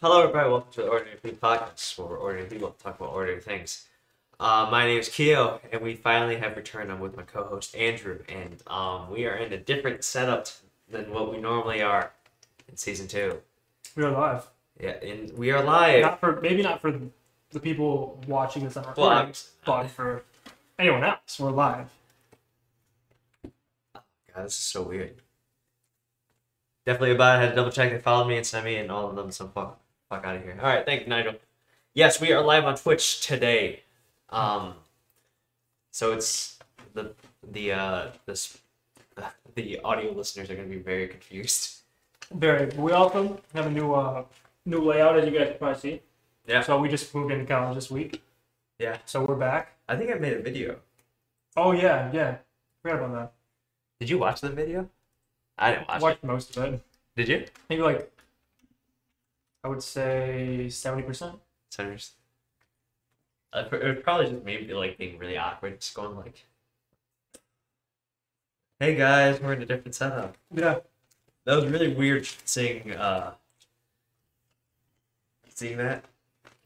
Hello, everybody. Welcome to the Ordinary People Podcast, where we're ordinary people to talk about ordinary things. Uh, my name is Keo, and we finally have returned. I'm with my co-host Andrew, and um, we are in a different setup than what we normally are in season two. We are live. Yeah, and we are live. Not for maybe not for the people watching us on Well, recording, I'm- but for anyone else, we're live. God, this is so weird. Definitely about it. I had to double check. They followed me and sent me and all of them. So fuck, fuck out of here. All right, thank you, Nigel. Yes, we are live on Twitch today. Um, so it's the the uh this the audio listeners are gonna be very confused. Very. We also have a new uh new layout as you guys can probably see. Yeah. So we just moved into college this week. Yeah. So we're back. I think I made a video. Oh yeah, yeah. Forgot about Did you watch the video? I didn't that. watch Watched most of it. it. Did you? Maybe like I would say seventy percent. Centers. Uh, pr- it would probably just maybe like being really awkward, just going like, "Hey guys, we're in a different setup." Yeah. That was really weird seeing uh seeing that.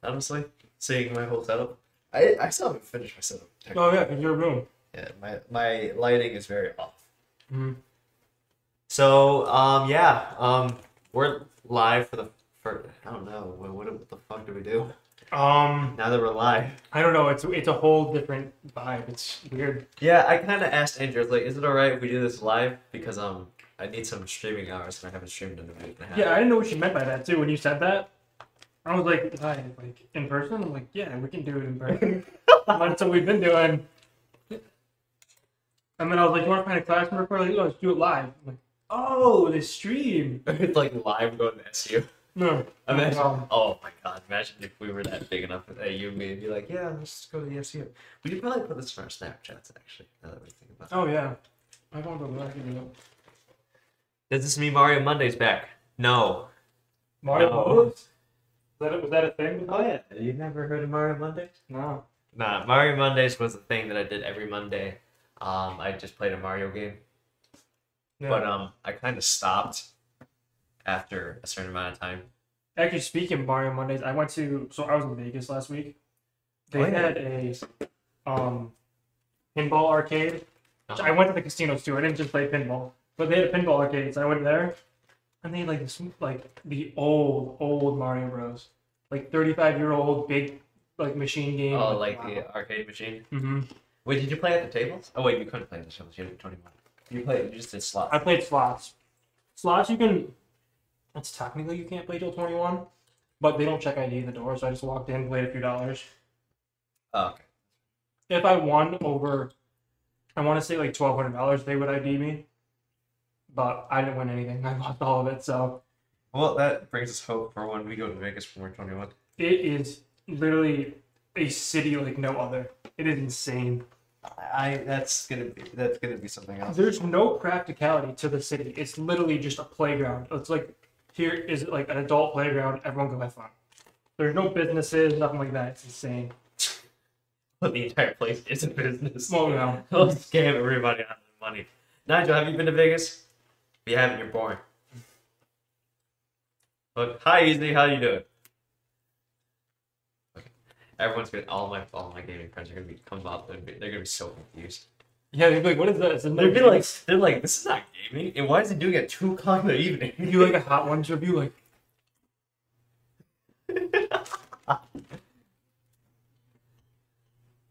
Honestly, seeing my whole setup. I I still haven't finished my setup. Oh yeah, in your room. Yeah, my my lighting is very off. Mhm. So um yeah um we're live for the for I don't know what what the fuck do we do Um now that we're live. I don't know, it's it's a whole different vibe. It's weird. Yeah, I kind of asked Andrew, I was like, is it alright if we do this live? Because um, I need some streaming hours and I haven't streamed in a week and a half. Yeah, I didn't know what you meant by that too. When you said that, I was like, "Hi, like in person." I'm like, "Yeah, we can do it in person." That's what we've been doing. And then I was like, "You want to find a class member for? Like, oh, let's do it live." I'm like, "Oh, they stream." it's like live going to SU. No, Imagine, Um, oh my god, imagine if we were that big enough that you and me would be like, yeah, let's just go to the SU. We could probably put this in our Snapchats actually, now that we think about it. oh yeah, I don't know. I can do it. Does this mean Mario Monday's back? No. Mario No. Bros. Was that a- was that a thing? Oh yeah, you never heard of Mario Mondays? No. Nah, Mario Mondays was a thing that I did every Monday. Um, I just played a Mario game. Yeah. But um, I kind of stopped after a certain amount of time. Actually, speaking of Mario Mondays, I went to so I was in Vegas last week. They Oh, yeah. had a um pinball arcade. which I Uh-huh. went to the casinos too. I didn't just play pinball, but they had a pinball arcade, so I went there, and they had like this like the old old Mario Bros, like thirty five year old big like machine game. Oh, like the arcade machine. hmm Wait, did you play at the tables? Oh wait, you couldn't play at the tables. You had 21. You played. You just did slots. I played slots. Slots you can. That's technically you can't play till twenty one, but they don't check ID at the door, so I just walked in, played a few dollars. Oh, okay. if I won over, I want to say like twelve hundred dollars, they would ID me. But I didn't win anything. I lost all of it. So Well, that brings us hope for when we go to Vegas when we're 21. it is literally a city like no other. It is insane. I that's gonna be that's gonna be something else. There's no practicality to the city. It's literally just a playground. It's like here is like an adult playground. Everyone go have fun. There's no businesses, nothing like that. It's insane. the entire place is a business. Well, no. They'll scam everybody out of their money. Nigel, have you been to Vegas? If you haven't, you're boring. Look, hi Easy, how you doing? Okay. Everyone's gonna all my all my gaming friends are gonna be come up and be, they're gonna be so confused. Yeah, they'd be like, "What is that?" It's They'd be like they're like, this is not gaming. And why is he doing it at two o'clock in the evening? "You like a hot ones review?" Like,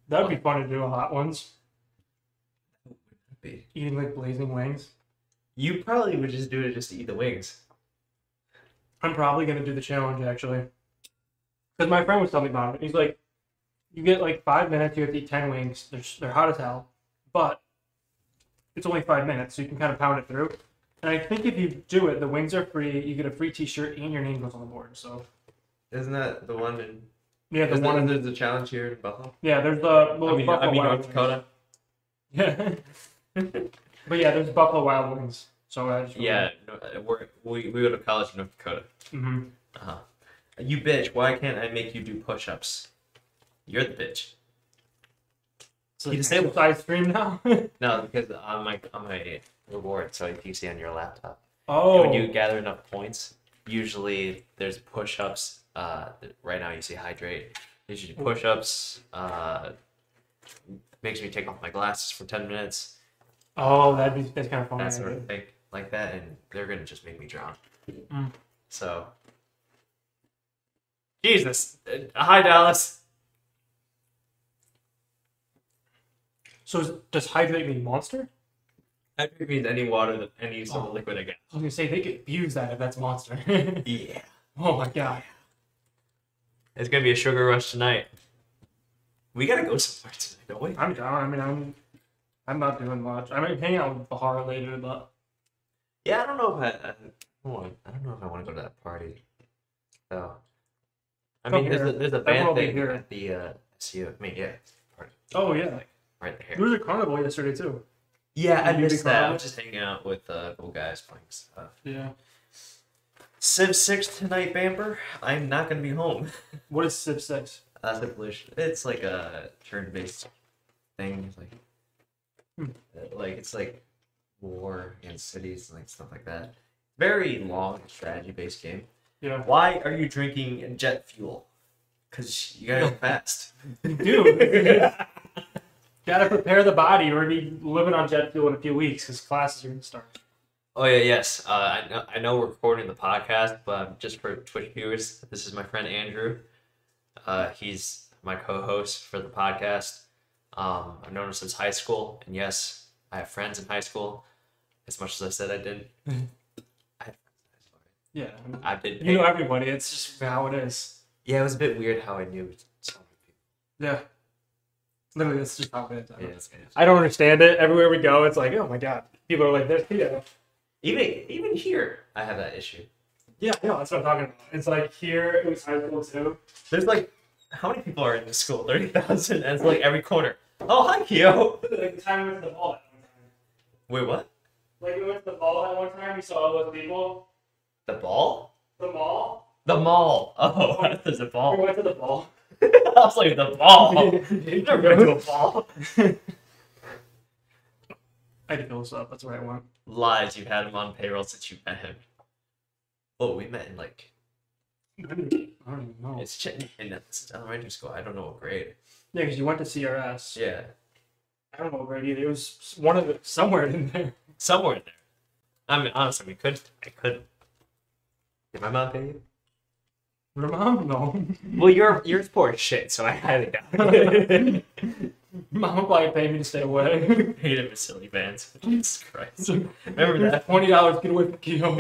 that'd be fun to do a hot ones. eating like blazing wings. You probably would just do it just to eat the wings. I'm probably gonna do the challenge actually, because my friend was telling me about it. He's like, you get like five minutes, you have to eat ten wings. They're they're hot as hell, but it's only five minutes, so you can kind of pound it through. And I think if you do it, the wings are free. You get a free T-shirt, and your name goes on the board. So Isn't that the one in yeah, the isn't one. there's a challenge here in Buffalo? yeah, there's the well, I mean, Buffalo I mean Wild North Dakota. Wings. Yeah. but yeah, there's Buffalo Wild Wings. So I just Yeah, no, we're, we we go to college in North Dakota. hmm Uh huh. You bitch! Why can't I make you do push-ups? You're the bitch. So You you disabled. ice cream now. No, because on my on my reward, so I PC on your laptop. oh, When you gather enough points, usually there's push ups. Uh, th- right now you see hydrate. There's usually push ups. Uh, makes me take off my glasses for ten minutes. Oh, that'd be that's kind of fun. That yeah, sort of dude. thing like that, and they're gonna just make me drown. Mm. So. Jesus. Uh, Hi, Dallas. So is, does hydrate mean monster? Hydrate means any water that any sort of liquid again. I was gonna say they could abuse that if that's monster. Yeah. oh my god. It's gonna be a sugar rush tonight. We gotta go somewhere tonight, don't we? I'm down. I mean, I'm I'm not doing much. I might hang out with Bahar later, but Yeah, I don't know if I, I, don't, want, I don't know if I want to go to that party. So, I Come mean, there's a, here. there's a That band will be thing here. at the uh, SU. I mean, yeah, party. oh yeah, right there there. was a carnival yesterday too. Yeah, I Maybe missed that. I Carl. was just hanging out with uh, cool guys playing stuff. Yeah. Civ Six tonight, Bamber. I'm not gonna be home. What is Civ Six? That's evolution. It's like a turn-based thing. It's like, Hmm. uh, like it's like war and cities and like stuff like that. Very long strategy-based game. Yeah. Why are you drinking jet fuel? Cause you gotta go fast. Dude, gotta prepare the body. We're gonna be living on jet fuel in a few weeks because classes are gonna start. Oh yeah, yes. Uh, I know. I know we're recording the podcast, but um, just for Twitch viewers, this is my friend Andrew. Uh, he's my co-host for the podcast. Um, I've known him since high school, and yes, I have friends in high school. As much as I said I didn't, I, had friends Yeah. in high school. I did. You know everybody. It's just how it is. yeah, it was a bit weird how I knew so many Yeah. Literally, that's just how it is. I people. don't- Yeah, it's- it's- I don't understand it. Everywhere we go, it's like, oh my god, people are like, there's Theo. Even even here, I have that issue. Yeah, no, that's what I'm talking about. It's like here it was high school too. There's like, how many people are in this school? Thirty thousand. That's like every corner. Oh hi, Kyo. Like the time we went to the ball that one time. Wait, what? Like we went to the mall that one time, we saw all those people. The ball? The mall. The mall. Oh, I thought there's a We ball. went to the mall. I was like, the ball. You've never been to a ball. I had to fill this up. That's where I went. Lies, you've had him on payroll since you met him. Oh, we met in like I don't even know. it's ch- in it's elementary school. I don't know what grade. Yeah, because you went to CRS. Yeah, I don't know where it either. It was one of the somewhere in there. somewhere in there. I mean, honestly, we could. I could. Did my mom pay you? Your mom? No. Well, you're you're poor as shit, so I highly doubt it. mom probably paid me to stay away. Hate him, silly bands. Jesus Christ. Remember that? Twenty dollars. Get away from Keo.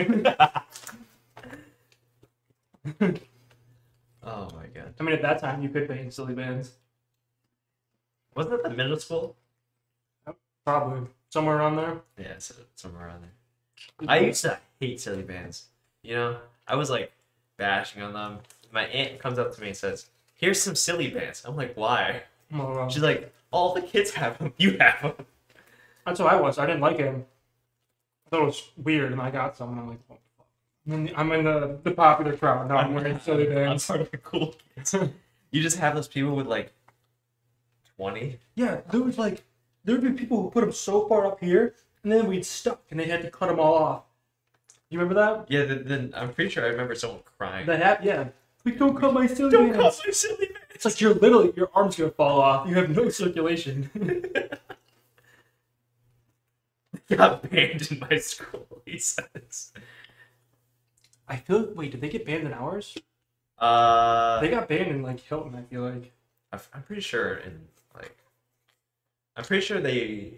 Oh my god. I mean, at that time, you could pay in silly bands. Wasn't that the middle school? Probably somewhere around there. Yeah, so somewhere around there. I used to hate silly bands. You know, I was like bashing on them. My aunt comes up to me and says, "Here's some silly bands." I'm like, "Why?" Moron. She's like, "All the kids have them. You have them." That's what I was. I didn't like him. I thought it was weird, and I got some, and I'm like, what the fuck? I'm in the, I'm in the, the popular crowd. Now I'm wearing silly I'm bands. part of the cool kids. You just have those people with like twenty. yeah, there was like, there would be people who put them so far up here, and then we'd stuck, and they had to cut them all off. You remember that? Yeah, then, then I'm pretty sure I remember someone crying. That happened, yeah. Like, don't cut my silly Don't bands. call me silly bands. It's like you're literally, your arm's gonna fall off. You have no circulation. Got banned in my school. He says. I feel, wait, did they get banned in ours? Uh, They got banned in, like, Hilton, I feel like. I'm I'm pretty sure in like I'm pretty sure they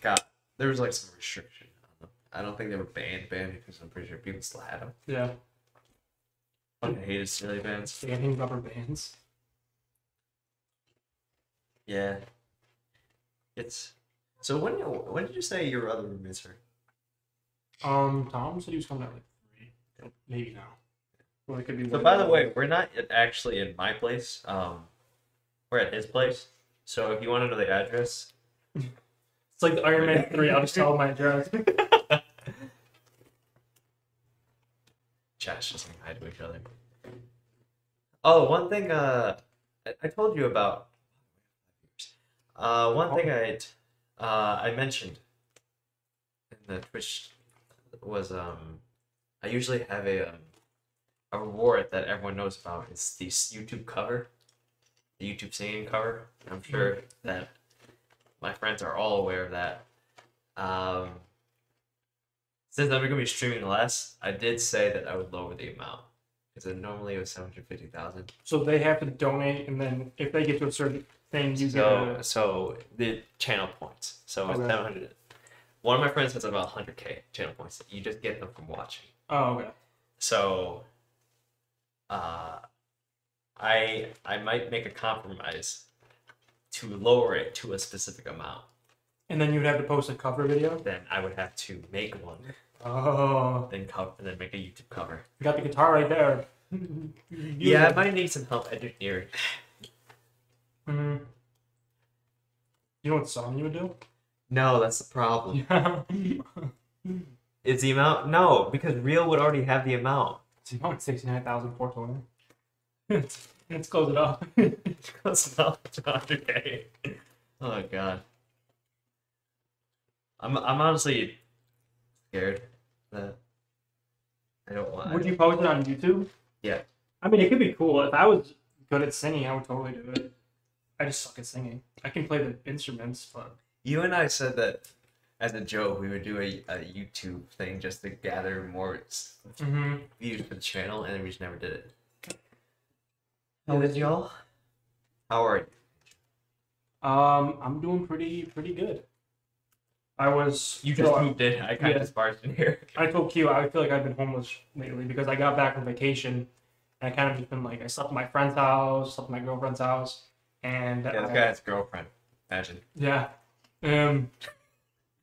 got there was like some restriction on them. I don't think they were banned banned because I'm pretty sure people still had them. Yeah. Fucking hated silly bands. Banning rubber bands. Yeah. It's so when when did you say your other roommates are? Um, Tom said he was coming at like three. Maybe now. Well, it could be. So by the way, we're not at- actually in my place. Um, we're at his place. So if you want to know the address, it's like the Iron Man three. I'll just tell him my address. Chat's just saying hi to each other. Oh, one thing uh, I, I told you about. Uh, one thing I uh, I mentioned in the Twitch was um I usually have a um, a reward that everyone knows about. It's the s- YouTube cover, the YouTube singing cover. I'm sure that my friends are all aware of that. Um, since I'm gonna be streaming less, I did say that I would lower the amount because normally it was seven hundred fifty thousand. So they have to donate, and then if they get to a certain thing, you So, get a, so the channel points. So it's Okay. 700. One of my friends has about 100k channel points. You just get them from watching. oh okay. So, uh, I I might make a compromise to lower it to a specific amount. And then you would have to post a cover video. Then I would have to make one, Oh, then cover, and then make a YouTube cover. you got the guitar right there. Yeah, I might need some help engineering. Mhm. You know what song you would do? No, that's the problem. Yeah. Is the amount? No, because Real would already have the amount. So you want 69,420? Let's let's close it off. That's not okay. Oh god. I'm I'm honestly scared that I don't want. Would you post it on YouTube? Yeah. I mean, it could be cool. If I was good at singing, I would totally do it. I just suck at singing. I can play the instruments, but You and I said that as a joke we would do a, a YouTube thing just to gather more s- views for the channel, and we just never did it. How is y'all? How are you? um, I'm doing pretty pretty good. I was You just so I- moved in. I kind yeah. of just barged in here. I told Q I feel like I've been homeless lately because I got back from vacation and I kind of just been like I slept at my friend's house, slept at my girlfriend's house, and Yeah, this I- guy has a girlfriend. Imagine. Yeah. Um,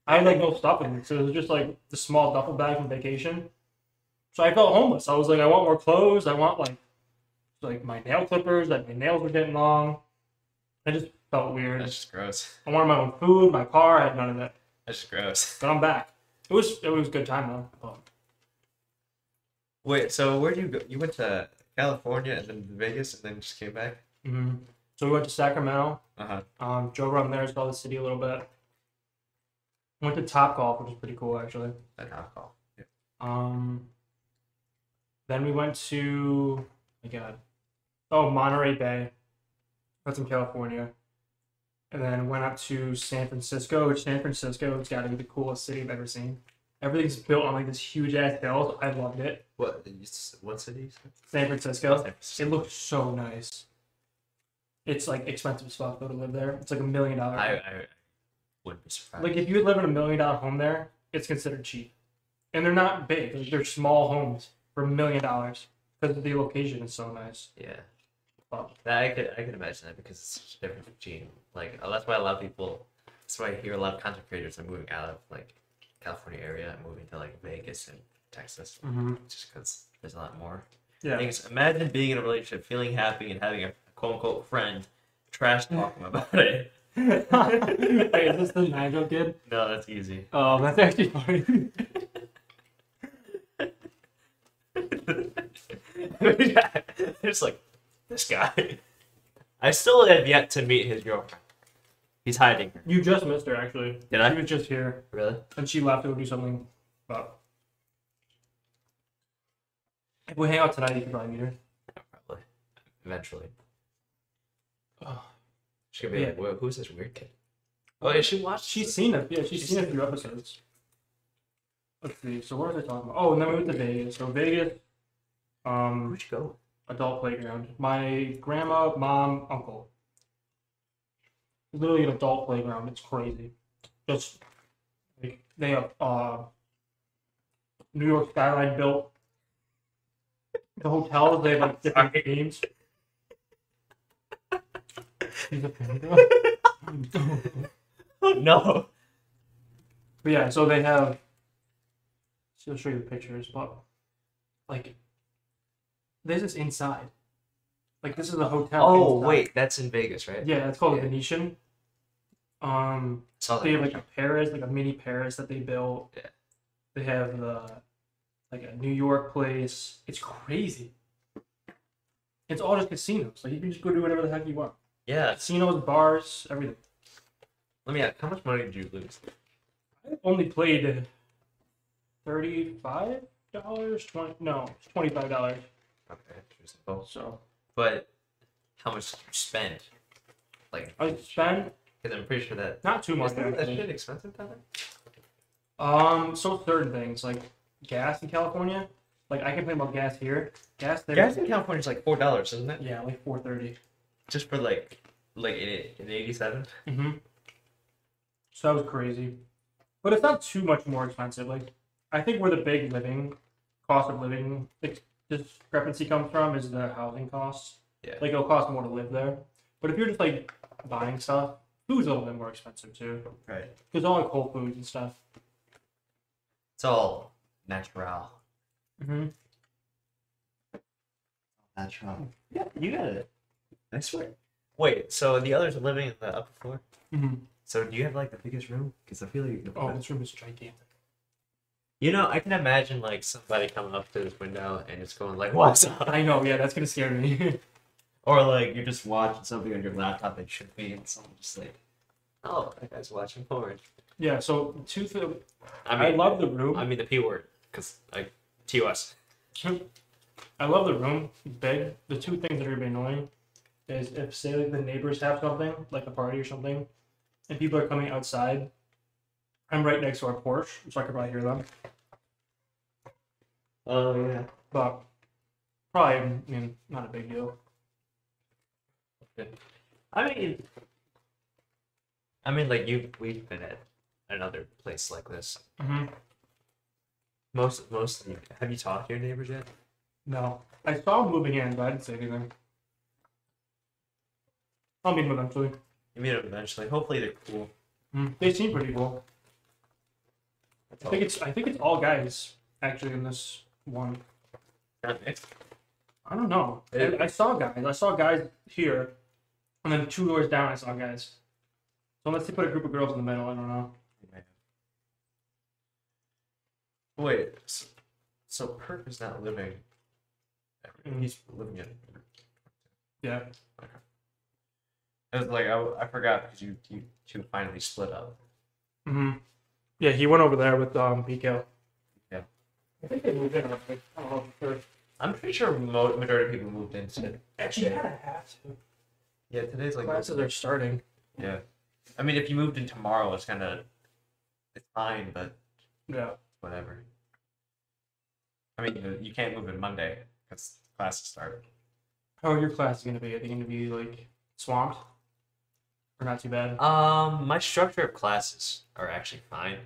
I had like no stuff in it, so it was just like the small duffel bag from vacation. So I felt homeless. I was like, I want more clothes. I want like, like my nail clippers. Like my nails were getting long. I just felt weird. That's just gross. I wanted my own food, my car. I had none of that. That's just gross. But I'm back. It was it was a good time though. But Wait, so where do you go? You went to California and then Vegas and then just came back? hmm So we went to Sacramento. Uh huh. Um, drove around there, saw the city a little bit. Went to Top Golf, which is pretty cool actually. That alcohol. Yeah. Um, then we went to, my God, oh Monterey Bay, that's in California, and then went up to San Francisco. Which San Francisco has got to be the coolest city I've ever seen. Everything's built on like this huge ass hill. I loved it. What? you s- What city? you said? San Francisco. San It Francisco. looked so nice. It's like expensive spot though to live there. It's like a million dollar. I, I wouldn't be surprised. Like if you live in a million dollar home there, it's considered cheap, and they're not big. Like, they're small homes for a million dollars because the location is so nice. yeah. Well, That I could I could imagine that because it's such a different gene. Like uh, that's why a lot of people. That's why I hear a lot of content creators are moving out of like California area and moving to like Vegas and Texas Mm-hmm. just because there's a lot more. yeah, Things. Imagine being in a relationship, feeling happy, and having a quote unquote friend trash talking about it. Wait, is this the Nigel kid? No, that's easy. Oh, that's actually funny. It's like this guy. I still have yet to meet his girlfriend. He's hiding. her. you just missed her, actually. Did I? She was just here, Really? and she left to go do something. But if we hang out tonight, you can probably meet her. Probably. Eventually. Oh. She's gonna be like, "Whoa, who's this weird kid? Oh, yeah, she watched. She's seen it. Yeah, she's, She's seen a seen few episodes. Let's see. So what was I talking about? Oh, and then we went to Vegas. So Vegas, um, Where'd you go? adult playground. My grandma, mom, uncle. Literally an adult playground. It's crazy. Just like they have uh, New York skyline built. The hotels they have like different games. She's a panda. Oh no! But yeah, so they have. So I'll show you the pictures, but like, this is inside. Like this is a hotel. Oh inside. wait, that's in Vegas, right? Yeah, it's called Yeah. the Venetian. Um, Saw they have that. like a Paris, like a mini Paris that they built. Yeah. They have the, like a New York place. It's crazy. It's all just casinos. Like you can just go do whatever the heck you want. yeah. Casinos, bars, everything. Let me ask. How much money did you lose? I only played thirty-five dollars, twenty no, it's twenty five dollars. Okay, reasonable. So But how much did you spend? Like, I spent because I'm pretty sure that not too much. Is that, that actually. shit expensive down there? Um, so certain things like gas in California, like I complain about gas here, gas there, Gas in California is like four dollars, isn't it? yeah, like four thirty. Just for like, like in in eighty-seven. Mm-hmm. So that was crazy, but it's not too much more expensive. Like I think where the big living cost of living ex- discrepancy comes from is the housing costs. Yeah. like it'll cost more to live there. But if you're just like buying stuff, food's a little bit more expensive too. Right. Because all like Whole Foods and stuff. It's all natural. Mm-hmm. Natural. Yeah, you got it. I swear. Wait, so the others are living in the upper floor. Mm-hmm. So do you have like the biggest room? Because I feel like the Oh, this room is gigantic. you know I can imagine like somebody coming up to this window and just going like, "What's up?" I know, yeah, that's gonna scare me. Or like you're just watching something on your laptop that should be, and someone just like, "Oh, that guy's watching porn." yeah, so two. Th- I I mean, love the room. I mean the P word, because like TOS. I love the room. It's big. The two things that are gonna be annoying is if say like the neighbors have something, like a party or something, and people are coming outside. I'm right next to our porch, so I could probably hear them. Oh yeah. But probably, I mean, not a big deal. I mean, I mean, like you, we've been at another place like this. Mm-hmm. Most, most. Have you talked to your neighbors yet? No. I saw him moving in, but I didn't say anything. I'll meet him eventually. You meet them eventually. Hopefully, they're cool. Mm. Oh. They seem pretty cool. I think it's I think it's all guys actually in this one. Not mixed. I don't know. It- I, I saw guys. I saw guys here, and then two doors down, I saw guys. So unless they put a group of girls in the middle, I don't know. Wait. s- So Perk is not living. Mm. He's living in. Yeah. I was like, I, I forgot because you, you two finally split up. Mm-hmm. Yeah, he went over there with um PK. Yeah. I think they moved in. already. I don't know for sure. I'm pretty sure mo- majority of people moved in today. Actually, you kind of have to. Yeah, today's like Classes are starting. Yeah. I mean, if you moved in tomorrow, it's kind of it's fine, but Yeah. whatever. I mean, you- you can't move in Monday because classes start. How are your classes gonna be? Are they gonna be like swamped? Or not too bad? Um, my structure of classes are actually fine.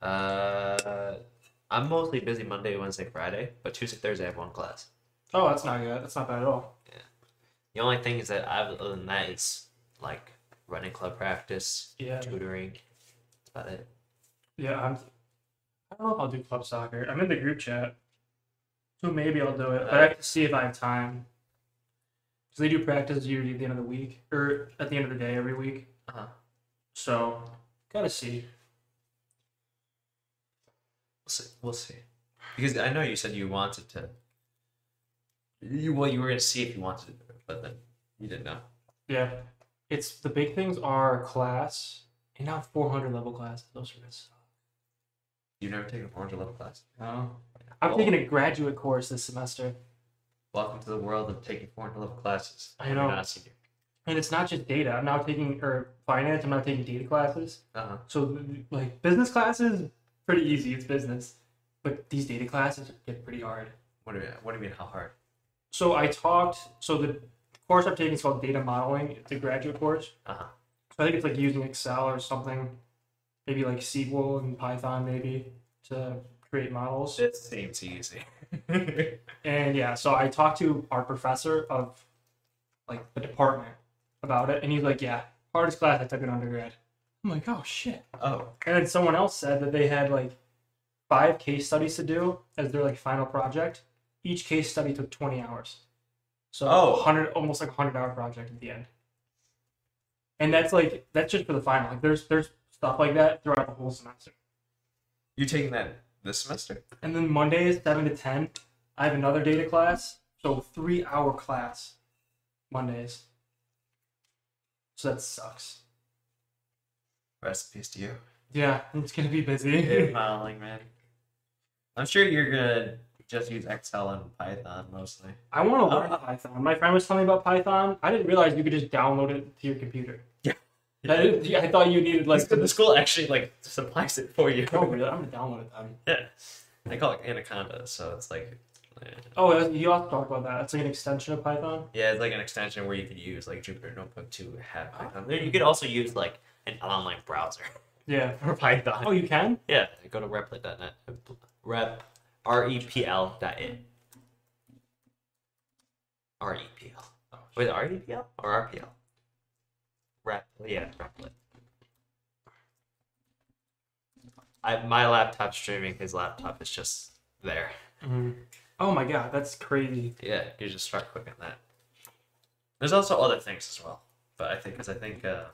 Uh, I'm mostly busy Monday, Wednesday, Friday, but Tuesday, Thursday I have one class. Oh, that's not good. That's not bad at all. The only thing is that I've other than that is like running club practice, Yeah. tutoring. That's about it. Yeah, I'm. I don't know if I'll do club soccer. I'm in the group chat, so maybe I'll do it. But I have to see if I have time. So they do practice usually at the end of the week or at the end of the day every week. Uh-huh. So gotta see. We'll see. We'll see. Because I know you said you wanted to. You well, you were gonna see if you wanted, to, but then you didn't know. Yeah, it's the big things are class and now 400 level classes. Those are just. You never taken a 400 level class. No. I'm Well- taking a graduate course this semester. Welcome to the world of taking 400 level classes. I when know. You're not a senior. and it's not just data. I'm now taking or finance. I'm now taking data classes. Uh huh. So like business classes, pretty easy. It's business, but these data classes get pretty hard. What do you What do you mean? How hard? So I talked. So the course I'm taking is called data modeling. It's a graduate course. Uh huh. So I think it's like using Excel or something, maybe like SQL and Python maybe to create models. It seems easy. And yeah, so I talked to our professor of like the department about it, and he's like, "Yeah, hardest class I took in undergrad." I'm like, "Oh shit." oh, And then someone else said that they had like five case studies to do as their like final project. Each case study took 20 hours. So Oh. 100 almost like a 100 hour project at the end. And that's like that's just for the final. Like there's there's stuff like that throughout the whole semester. you're taking that this semester? And then Mondays 7 to 10, I have another data class, so 3 hour class Mondays. So that sucks. Recipes to you. Yeah, it's going to be busy. modeling, man. I'm sure you're gonna just use Excel and Python mostly. I want to learn Uh, Python. My friend was telling me about Python. I didn't realize you could just download it to your computer. Yeah. I, didn't- I thought you needed like. the school actually like supplies it for you. oh, really? I'm gonna download it. Then. Yeah. They call it Anaconda, so it's like Oh, that's- you also talked about that. It's like an extension of Python. yeah, it's like an extension where you could use like Jupyter Notebook to have Python. Ah, There, You could also use like an online browser Yeah. for Python. Oh, you can. Yeah, go to replit.net. Rep R E P L dot it. R E P L. Wait, R E P L or R P L? Rep. Yeah, replit. I my laptop streaming. His laptop is just there. Mm-hmm. Oh my god, that's crazy. Yeah, you just start clicking that. There's also other things as well, but I think because I think uh,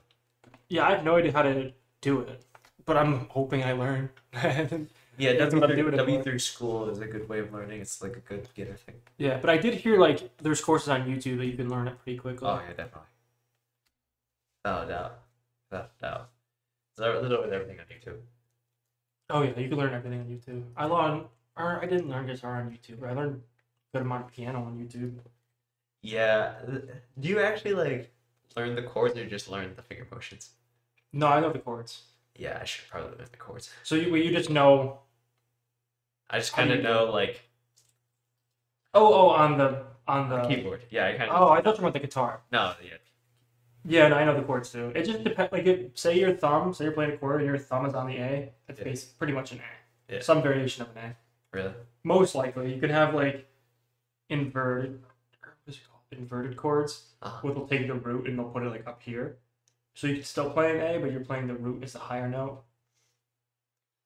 Yeah, I have no idea how to do it, but I'm hoping I learn. yeah, yeah, That's W what I'm through, doing at W work. through school is a good way of learning. It's like a good getter thing. but I did hear like there's courses on YouTube that you can learn it pretty quickly. Oh yeah, definitely. Without a doubt, without a doubt. There's there's always everything on YouTube. Oh yeah, you can learn everything on YouTube. I learned, or I didn't learn guitar on YouTube. but I learned a good amount of piano on YouTube. Yeah. th- Do you actually like learn the chords or just learn the finger motions? No, I know the chords. Yeah, I should probably learn the chords. So you, well, you just know. I just How do kind of you- know like Oh, oh, on the on the. keyboard. Yeah, I kind of. Oh, I thought you meant the guitar. No, yeah. Yeah, no, I know the chords too. It just depends. Like, if, say your thumb, say you're playing a chord, and your thumb is on the A. It's Yeah. bas pretty much an A. Yeah. Some variation of an A. Really? Most likely, you could have like inverted, what's it called? Inverted chords, Uh-huh. where they'll take the root and they'll put it like up here. So you can still play an A, but you're playing the root as the higher note.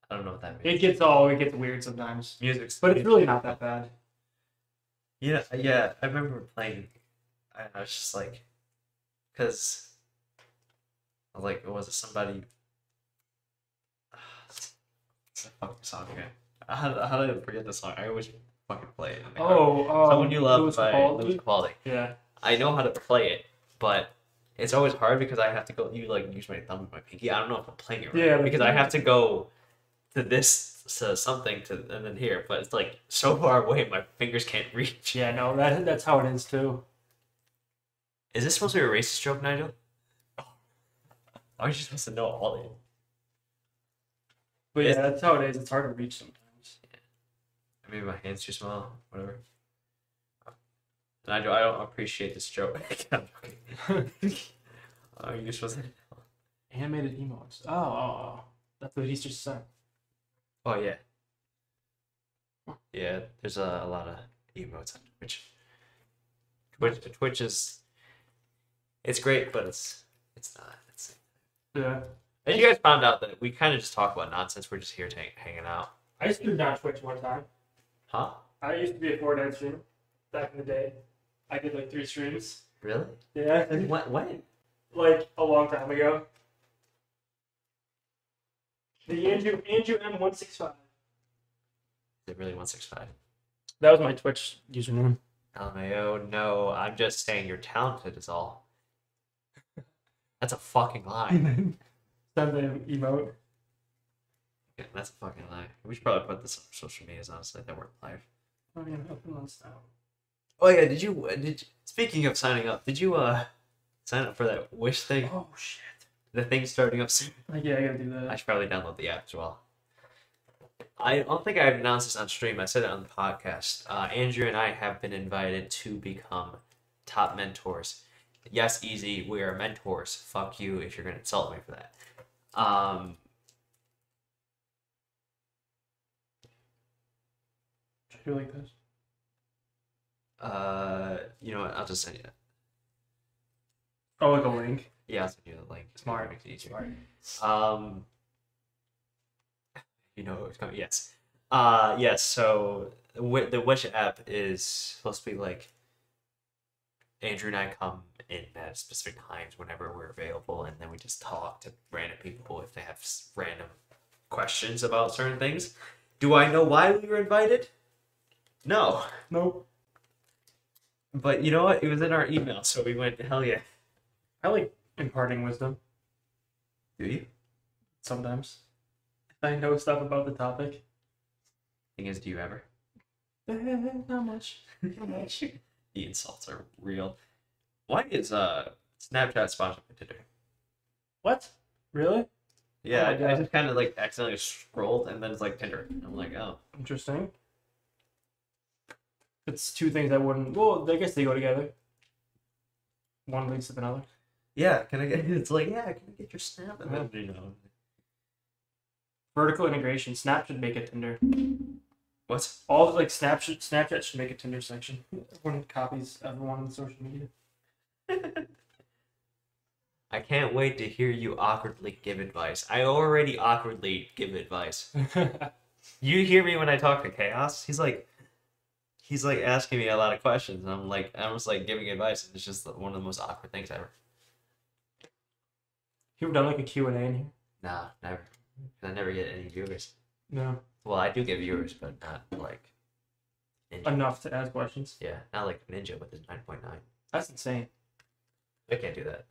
I don't know what that means. It gets all it gets weird sometimes, Music's but it's really not that bad. Yeah, yeah. I remember playing. I, I was just like, because, like, was it somebody? It's a fucking song. Okay, how how did I forget the song? I always fucking play it. in the car. Oh, um, someone you love Louis by Capaldi? Louis Capaldi. Yeah, I know how to play it, but it's always hard because I have to go. You like use my thumb and my pinky. I don't know if I'm playing it right Yeah, like- because I have to go to this to something to and then here, but it's like so far away my fingers can't reach. yeah, no, that that's how it is too. Is this supposed to be a racist joke, Nigel? Are you supposed to know all it? But yeah, It's- that's how it is. It's hard to reach sometimes. Maybe my hand's too small. Whatever. Nigel, I don't appreciate this joke. I'm joking. Are you supposed to? Animated emotes. Oh, oh, oh. that's what he's just saying. Oh yeah. Yeah, there's a, a lot of emotes on Twitch. Twitch, Twitch is, it's great, but it's it's not. It's Yeah. and you guys found out that we kind of just talk about nonsense. We're just here ta- hanging out, I used to do not Twitch one time. huh? I used to be a Fortnite streamer back in the day. I did like three streams. Really? Yeah. What? When? like a long time ago. The Andrew Andrew M one six five. Is it really 165? That was my Twitch username. LMAO, no, I'm just saying you're talented is all. That's a fucking lie. Send the emote. Yeah, That's a fucking lie. We should probably put this on social medias, honestly, that weren't live. Oh, yeah, open last now. Oh yeah, did you, uh, did you- speaking of signing up, did you, uh, sign up for that Wish thing? Oh shit. The thing starting up soon? Like yeah, I gotta do I that. should probably download the app as well. I don't think I announced this on stream. I said it on the podcast. Uh, Andrew and I have been invited to become top mentors. Yes, easy. We are mentors. Fuck you if you're gonna insult me for that. Um, Should I do it like this? uh, you know what? I'll just send you. Oh, like a link. Yeah, I'll send you the link. Smart. Makes it easier. Um, you know it's coming. Yes. Uh, yes. So w- the Wish app is supposed to be like Andrew and I come in at specific times whenever we're available, and then we just talk to random people if they have s- random questions about certain things. Do I know why we were invited? No. Nope. But you know what? It was in our email, so we went, hell yeah. I like imparting wisdom Do you? sometimes. I know stuff about the topic. Thing is, do you ever? Eh, not much. Not much. The insults are real. Why is uh Snapchat sponsored by Tinder? what? Really? Yeah, Oh my I, I God. just kind of like accidentally scrolled, and then it's like Tinder. I'm like, oh, Interesting. It's two things I wouldn't. Well, I guess they go together. One leads to another. yeah. Can I get? It's like, yeah. Can I get your snap? And then you know, Vertical integration. Snap should make it Tinder. what? All like Snap should, Snapchat should make a Tinder section. Everyone copies everyone on social media. I can't wait to hear you awkwardly give advice. I already awkwardly give advice. You hear me when I talk to Chaos? He's like, he's like asking me a lot of questions, and I'm like, I'm just like giving advice, and it's just one of the most awkward things ever. You've done like a Q and A in here. Nah, never. 'Cause I never get any viewers. No, Well, I do get viewers, but not like ninja. enough to ask questions. yeah, not like ninja with his nine point nine. That's insane. I can't do that.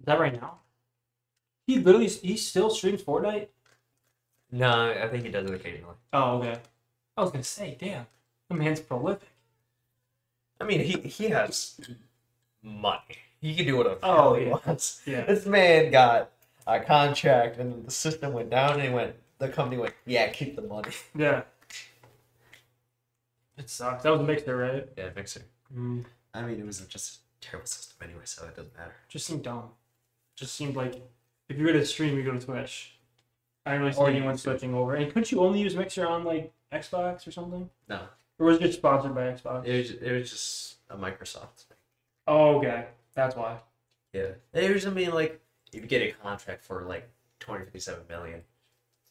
Is that right now? He literally he still streams Fortnite. No, I think he does it occasionally. Oh okay. I was gonna say, damn, the man's prolific. I mean, he he has money. He can do whatever Oh, he yeah. wants. Yeah. This man got a contract, and the system went down, and he went. The company went, yeah, keep the money. Yeah. It sucks. That was Mixer, right? Yeah, Mixer. Mm. I mean, it was just a terrible system anyway, so it doesn't matter. Just seemed dumb. Just seemed like if you go to stream, you go to Twitch. I don't really see Or anyone YouTube. switching over. And couldn't you only use Mixer on like Xbox or something? No, Or was it just sponsored by Xbox? it was it was just a Microsoft. thing. Oh, okay. That's why. Yeah, it was. I mean, like, if you get a contract for like twenty fifty seven million,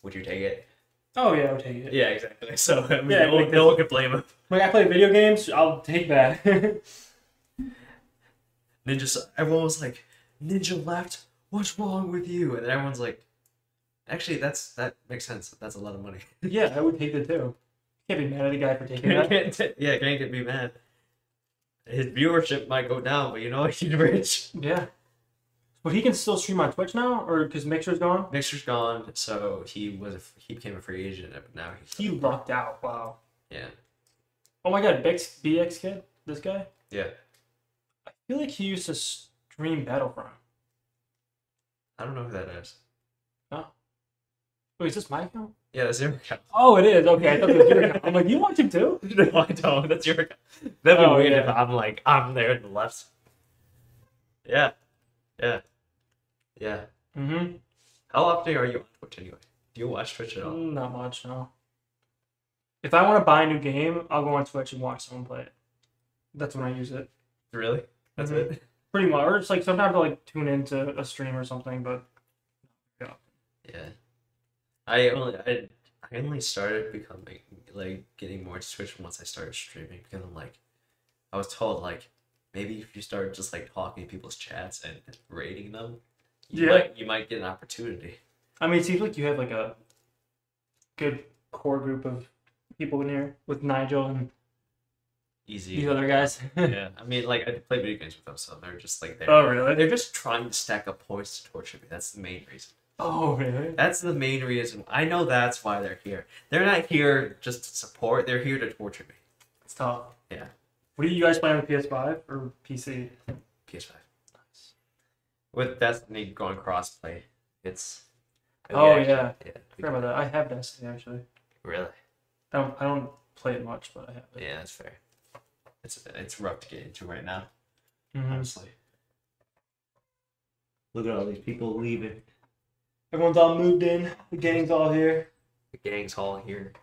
would you take it? Oh yeah, I would take it. Yeah, exactly. So I mean, Yeah, no, one, like- no one could blame him. Like I play video games, I'll take that. Ninja, s- everyone was like, Ninja left. What's wrong with you? And everyone's like, actually, that's that makes sense. That's a lot of money. yeah, I would take it too. Can't be mad at a guy for taking that. yeah, can't get me mad. His viewership might go down, but you know what? He's rich. Yeah. But he can still stream on Twitch now, or because Mixer's gone. Mixer's gone, so he was a, he became a free agent, but now he's He lucked out. Wow. yeah Oh my god, Bix, BX kid, this guy. yeah. I feel like he used to stream Battlefront. I don't know who that is. Wait, is this my account? Yeah, that's your account. Oh, it is. Okay, I thought it was your account. I'm like, you watch him too? no, I don't. That's your account. That'd be Oh, weird yeah. if I'm like I'm there in the left. Yeah, yeah, yeah. Mm-hmm. How often are you on Twitch anyway? Do you watch Twitch at all? Not much, no. If I want to buy a new game, I'll go on Twitch and watch someone play it. That's when I use it. Really? That's Mhm. it. Pretty much. Or it's like sometimes I'll like tune into a stream or something, but Yeah. I only I, I only started becoming like getting more into Twitch once I started streaming because I'm like I was told like maybe if you start just like talking to people's chats and rating them, you Yeah. might you might get an opportunity. I mean, it seems like you have like a good core group of people in here with Nigel and Easy. these other guys. Yeah. I mean like I play video games with them, so they're just like they're oh, really? they're just trying to stack up points to torture me. That's the main reason. Oh, really? That's the main reason. I know that's why they're here. They're not here just to support. They're here to torture me. It's tough. Yeah. What do you guys play on PS5 or PC? PS5. With Destiny going crossplay, it's. Oh, we yeah. actually- I forgot about that. I have Destiny actually. Really? I don't, I don't play it much, but I have it. Yeah, that's fair. It's it's rough to get into right now, Mhm. honestly. Look at all these people leaving. Everyone's all moved in. The gang's all here. The gang's all here.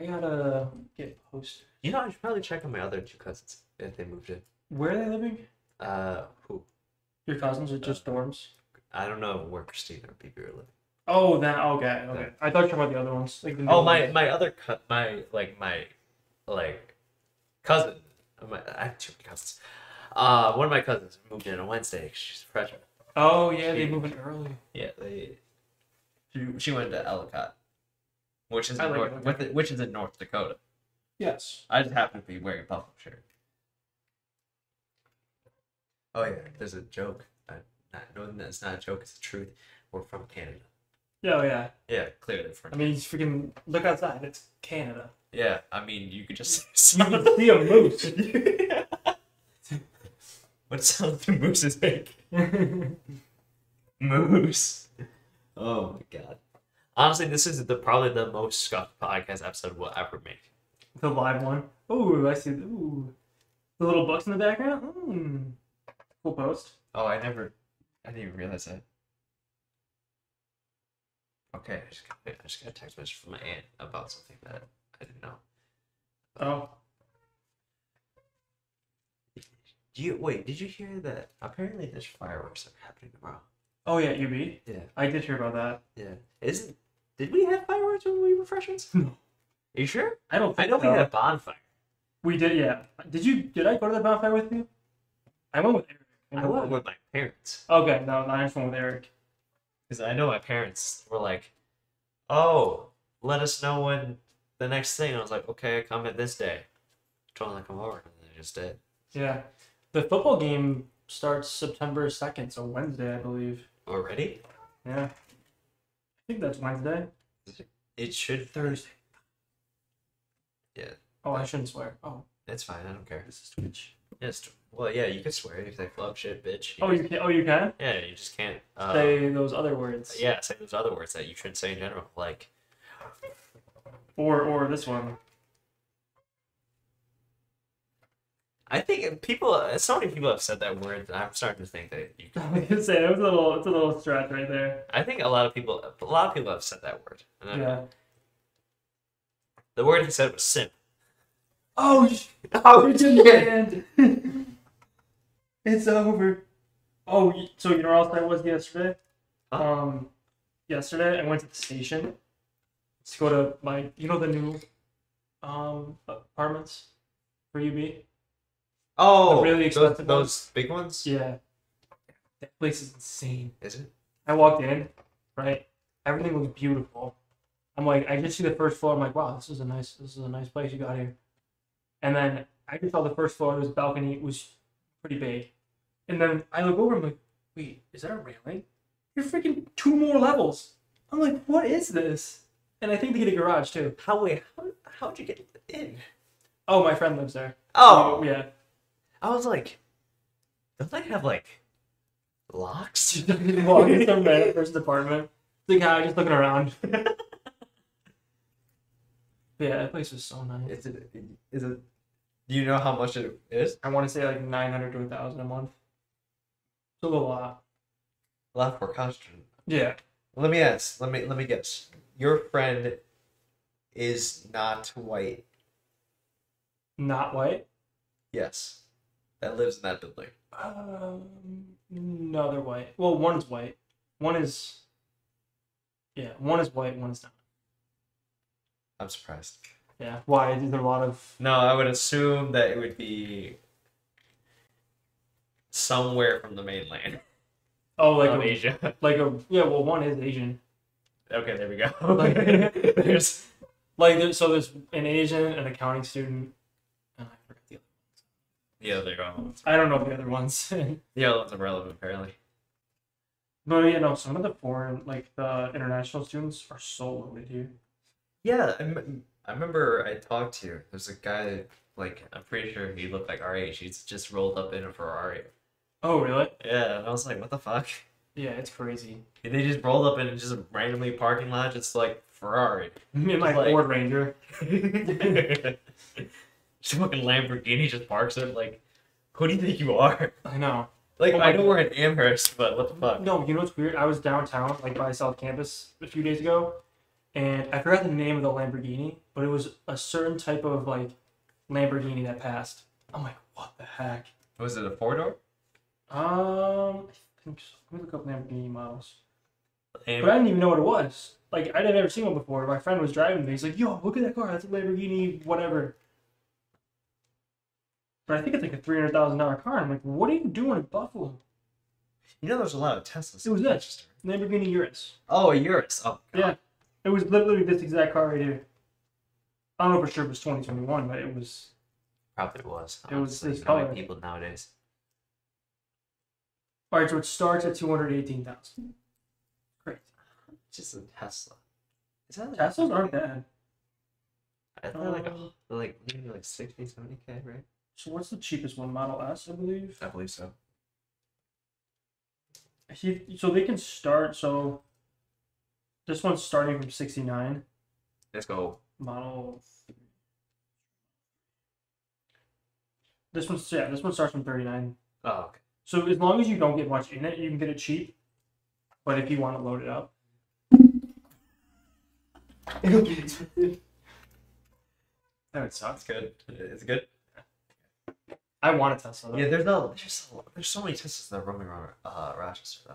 I gotta get post. You know, I should probably check on my other two cousins if they moved in. Where are they living? Uh, who? Your cousins are just dorms. I don't know where Christina or Phoebe are living. Oh, that. Okay, okay. I thought you were talking about the other ones. Like the new Oh, my ones. my other co- my like my like cousin. uh, My, I have two cousins. Uh, one of my cousins moved in on Wednesday. She's a freshman. Oh yeah, they move in early. Yeah, they. She, she went to Ellicott, which is I in like North, Ellicott. with- which is in North Dakota. Yes. I just happen to be wearing a buffalo shirt. Oh yeah, there's a joke. I, not, no, that's not a joke. It's the truth. We're from Canada. Yeah, oh, yeah. Yeah, clearly for I mean, you just freaking look outside. It's Canada. Yeah, I mean, you could just You sound can see a moose. What sound do mooses make? Moose. Oh my god. Honestly, this is the probably the most scuffed podcast episode we'll ever make. the live one. Ooh, I see. Ooh, the little books in the background. Mm. Cool post. Oh, I never, I didn't even realize that. Okay, I just got, I just got a text message from my aunt about something that I didn't know. Oh, Do you wait? Did you hear that? Apparently, there's fireworks that are happening tomorrow. oh yeah, UB. Yeah, I did hear about that. yeah. Isn't? Did we have fireworks when we were freshmen? No. Are you sure? I don't. I Think know we so. had a bonfire. We did, yeah. Did you? Did I go to the bonfire with you? I went with Eric. I went with my parents. Okay, no, I just went with Eric. Because I know my parents were like, "Oh, let us know when the next thing." I was like, "Okay, I come at this day." Told them to come over, and they just did. Yeah, the football game starts September second, so Wednesday, I believe. Already? Yeah, I think that's Wednesday. It should. Thursday. Yeah. Oh, I shouldn't swear. Oh, It's fine. I don't care. this is Twitch. Yes. Well, yeah, you could swear if they flub shit, bitch. Oh, you can. Oh, you can Yeah, you just can't. Uh, say those other words. Yeah, say those other words that you shouldn't say in general, like Or or this one. I think people, so many people have said that word. That I'm starting to think that you. I was gonna say it was a little. It's a little stretch right there. I think a lot of people, a lot of people have said that word. And I- Yeah. The word he said was simp. Oh, Oh, end. it's over. Oh, y- so you know where else I was yesterday? Huh? Um, yesterday I went to the station to go to my, you know, the new um apartments for UB. Oh, The really those, expensive those big ones. Yeah, that place is insane. Is it? I walked in, right? Everything was beautiful. I'm like, I just see the first floor. I'm like, wow, this is a nice, this is a nice place you got here. And then I just saw the first floor. This balcony was pretty big. And then I look over. I'm like, wait, is that a railing? You're freaking two more levels. I'm like, what is this? And I think they get a garage too. How wait? How how'd you get in? Oh, my friend lives there. Oh, yeah. I was like, don't they have like locks? Walk into the random person's apartment. The guy just looking around. yeah, that place was so nice. Is it? Is it? Do you know how much it is? I want to say like 900 to 1,000 a month. It's a little lot. Left for question. Yeah. Let me ask. Let me let me guess. Your friend is not white. Not white? Yes, that lives in that building. Um, no, they're white. Well, one is white. One is. Yeah, one is white, one is not. I'm surprised. Yeah. Why? Is there a lot of. No, I would assume that it would be somewhere from the mainland Oh, like of a, Asia. like a. Yeah, well, one is Asian. Okay, there we Like- go. There's Like, there, so there's an Asian, an accounting student, and I forgot the other. the other one. I don't know the other ones. The other one's irrelevant, apparently. but you know, some of the foreign, like the international students, are so loaded here. Yeah, I, m- I remember I talked to. There's a guy, like, I'm pretty sure he looked like RH. He's just rolled up in a Ferrari. Oh, really? Yeah, and I was like, what the fuck? Yeah, it's crazy. They just rolled up in just a randomly parking lot, just like Ferrari. In my Like- Ford Ranger. Just fucking Lamborghini just parks it. Like, who do you think you are? I know. Like, Oh my I know we're in Amherst, but what the fuck? No, you know what's weird? I was downtown, like by South Campus, a few days ago, and I forgot the name of the Lamborghini, but it was a certain type of like Lamborghini that passed. I'm like, what the heck? Was it a four door? Um, I think so. let me look up Lamborghini models. But I didn't even know what it was. Like I'd never seen one before. My friend was driving me. He's like, "Yo, look at that car. That's a Lamborghini, whatever." But I think it's like a three hundred thousand dollar car. I'm like, "What are you doing in Buffalo? You know, there's a lot of Teslas. It was in that. Manchester. Lamborghini Urus." Oh, a Urus. Oh, God. Yeah. It was literally this exact car right here. I don't know for sure if it was 2021, but it was. Probably was. It was honestly, this you know, like color. people nowadays. All right, so it starts at 218,000. Great. just a Tesla. Is that like, Teslas aren't bad. I thought they're like a, Um, they're like maybe like 60, 70 k, right? so what's the cheapest one? Model S, I believe. I believe so. He, so they can start. So this one's starting from sixty nine. Let's go. Model. This one's yeah. This one starts from thirty nine. Oh, okay. So as long as you don't get much in it, you can get it cheap. But if you want to load it up, it'll be expensive. That would suck. That's good. It's good. I want a Tesla. Though. Yeah, there's no, there's so, there's so many Teslas that are roaming around uh, Rochester though.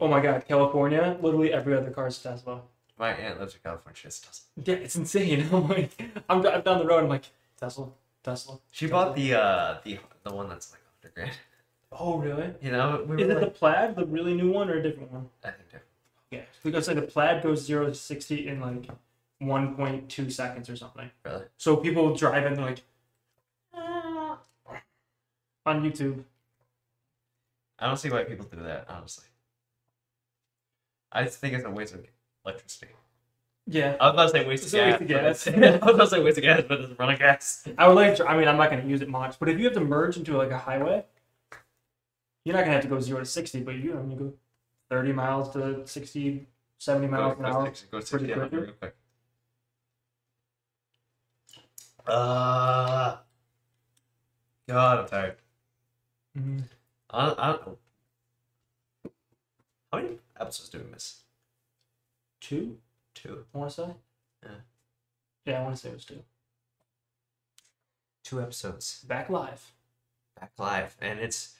Oh my God, California! Literally every other car is a Tesla. My aunt lives in California. She has a Tesla. Yeah, it's insane. I'm like, I'm, dri- I'm down the road. I'm like, Tesla, Tesla. She bought the uh the the one that's like hundred grand. Oh, really? You know, we Is were it the like, plaid, the really new one, or a different one? I think different. Yeah. Because like the plaid goes zero to sixty in like one point two seconds or something. Really? So people drive and they're like, "Ah," on YouTube. I don't see why people do that. Honestly, I just think it's a waste of electricity. Yeah. I was about to say waste of It's a waste gas. but of gas. it's- I was about to say waste of gas, but it's running gas. I would like. To, I mean, I'm not gonna use it much, but if you have to merge into like a highway, you're not gonna have to go zero to sixty, but you I mean, you go thirty miles to 60, 70 miles an Go- go hour. 60, go pretty 60 on quickly. real quick. Uh, God, I'm tired. Mhm. I don't, I don't, how many episodes do we miss? Two. Two. I want to say. Yeah. Yeah, I want to say it was two. Two episodes. Back live. back live, and it's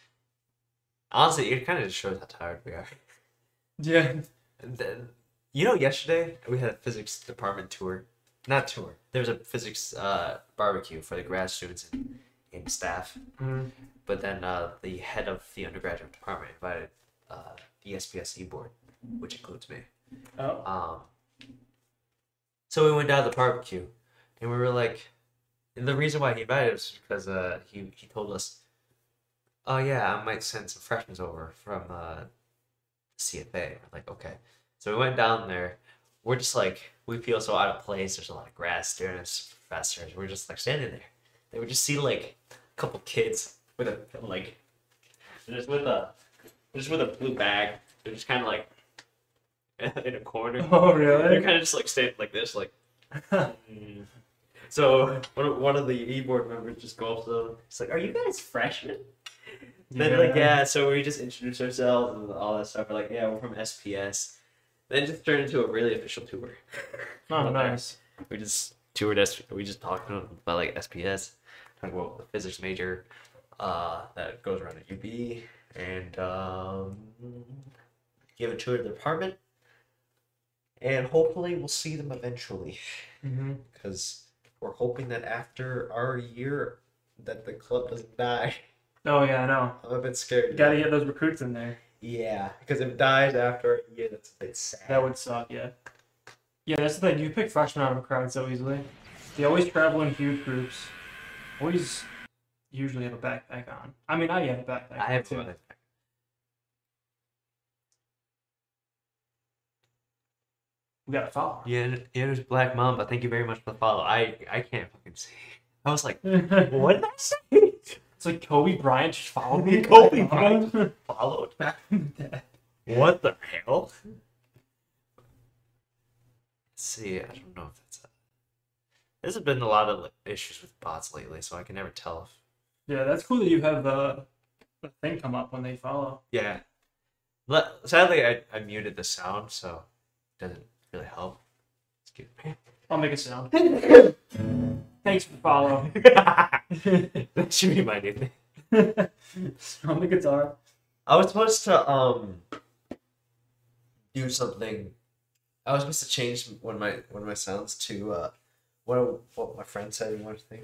honestly it kind of just shows how tired we are. Yeah. And then, you know, yesterday we had a physics department tour, not tour. There was a physics uh, barbecue for the grad students and, and staff, Mm-hmm. but then uh, the head of the undergraduate department invited uh, the SPSE board, which includes me. Oh. Um, so we went down to the barbecue, and we were like, and the reason why he invited us is because uh, he he told us, oh yeah, I might send some freshmen over from uh, CFA. We're like, okay. So we went down there. We're just like, we feel so out of place. There's a lot of grad students, professors. We're just like standing there. They would just see like a couple kids with a like, just with a, just with a blue bag. They're just kind of like in a corner. Oh, They're really? kind of just like standing like this, like. mm. so one of, one of the e board members just go up to them. It's like, "Are you guys freshmen?" Then they're like, "Yeah." So we just introduce ourselves and all that stuff. We're like, "Yeah, we're from SPS." Then it just turned into a really official tour. Oh, nice. We just toured S. We just talked about like SPS, talked about the physics major uh, that goes around at UB, and um, give a tour of the department. And hopefully, we'll see them eventually Mm-hmm. because we're hoping that after our year, that the club doesn't die. Oh, yeah, I know. I'm a bit scared. Gotta get those recruits in there. Yeah, because if it dies after our year, that's a bit sad. That would suck, yeah. Yeah, that's the thing. You pick freshmen out of a crowd so easily. They always travel in huge groups. Always usually have a backpack on. I mean, I have a backpack. I have too. to. We got a follower. Yeah, and- yeah, there's Black Mamba. Thank you very much for the follow. I I can't fucking see. I was like, what did I say? it's like Kobe Bryant just followed me. Kobe Bryant. Followed back. What the hell? Let's see, I don't know if that's. A... This has been a lot of like, issues with bots lately, so I can never tell. If... Yeah, that's cool that you have the, the thing come up when they follow. Yeah. Le- Sadly, I, I muted the sound, so it doesn't really help. Excuse me. I'll make a sound. Thanks for the follow. that should be my new thing. on the guitar. I was supposed to um do something. I was supposed to change one of my one of my sounds to uh what what my friend said in one thing.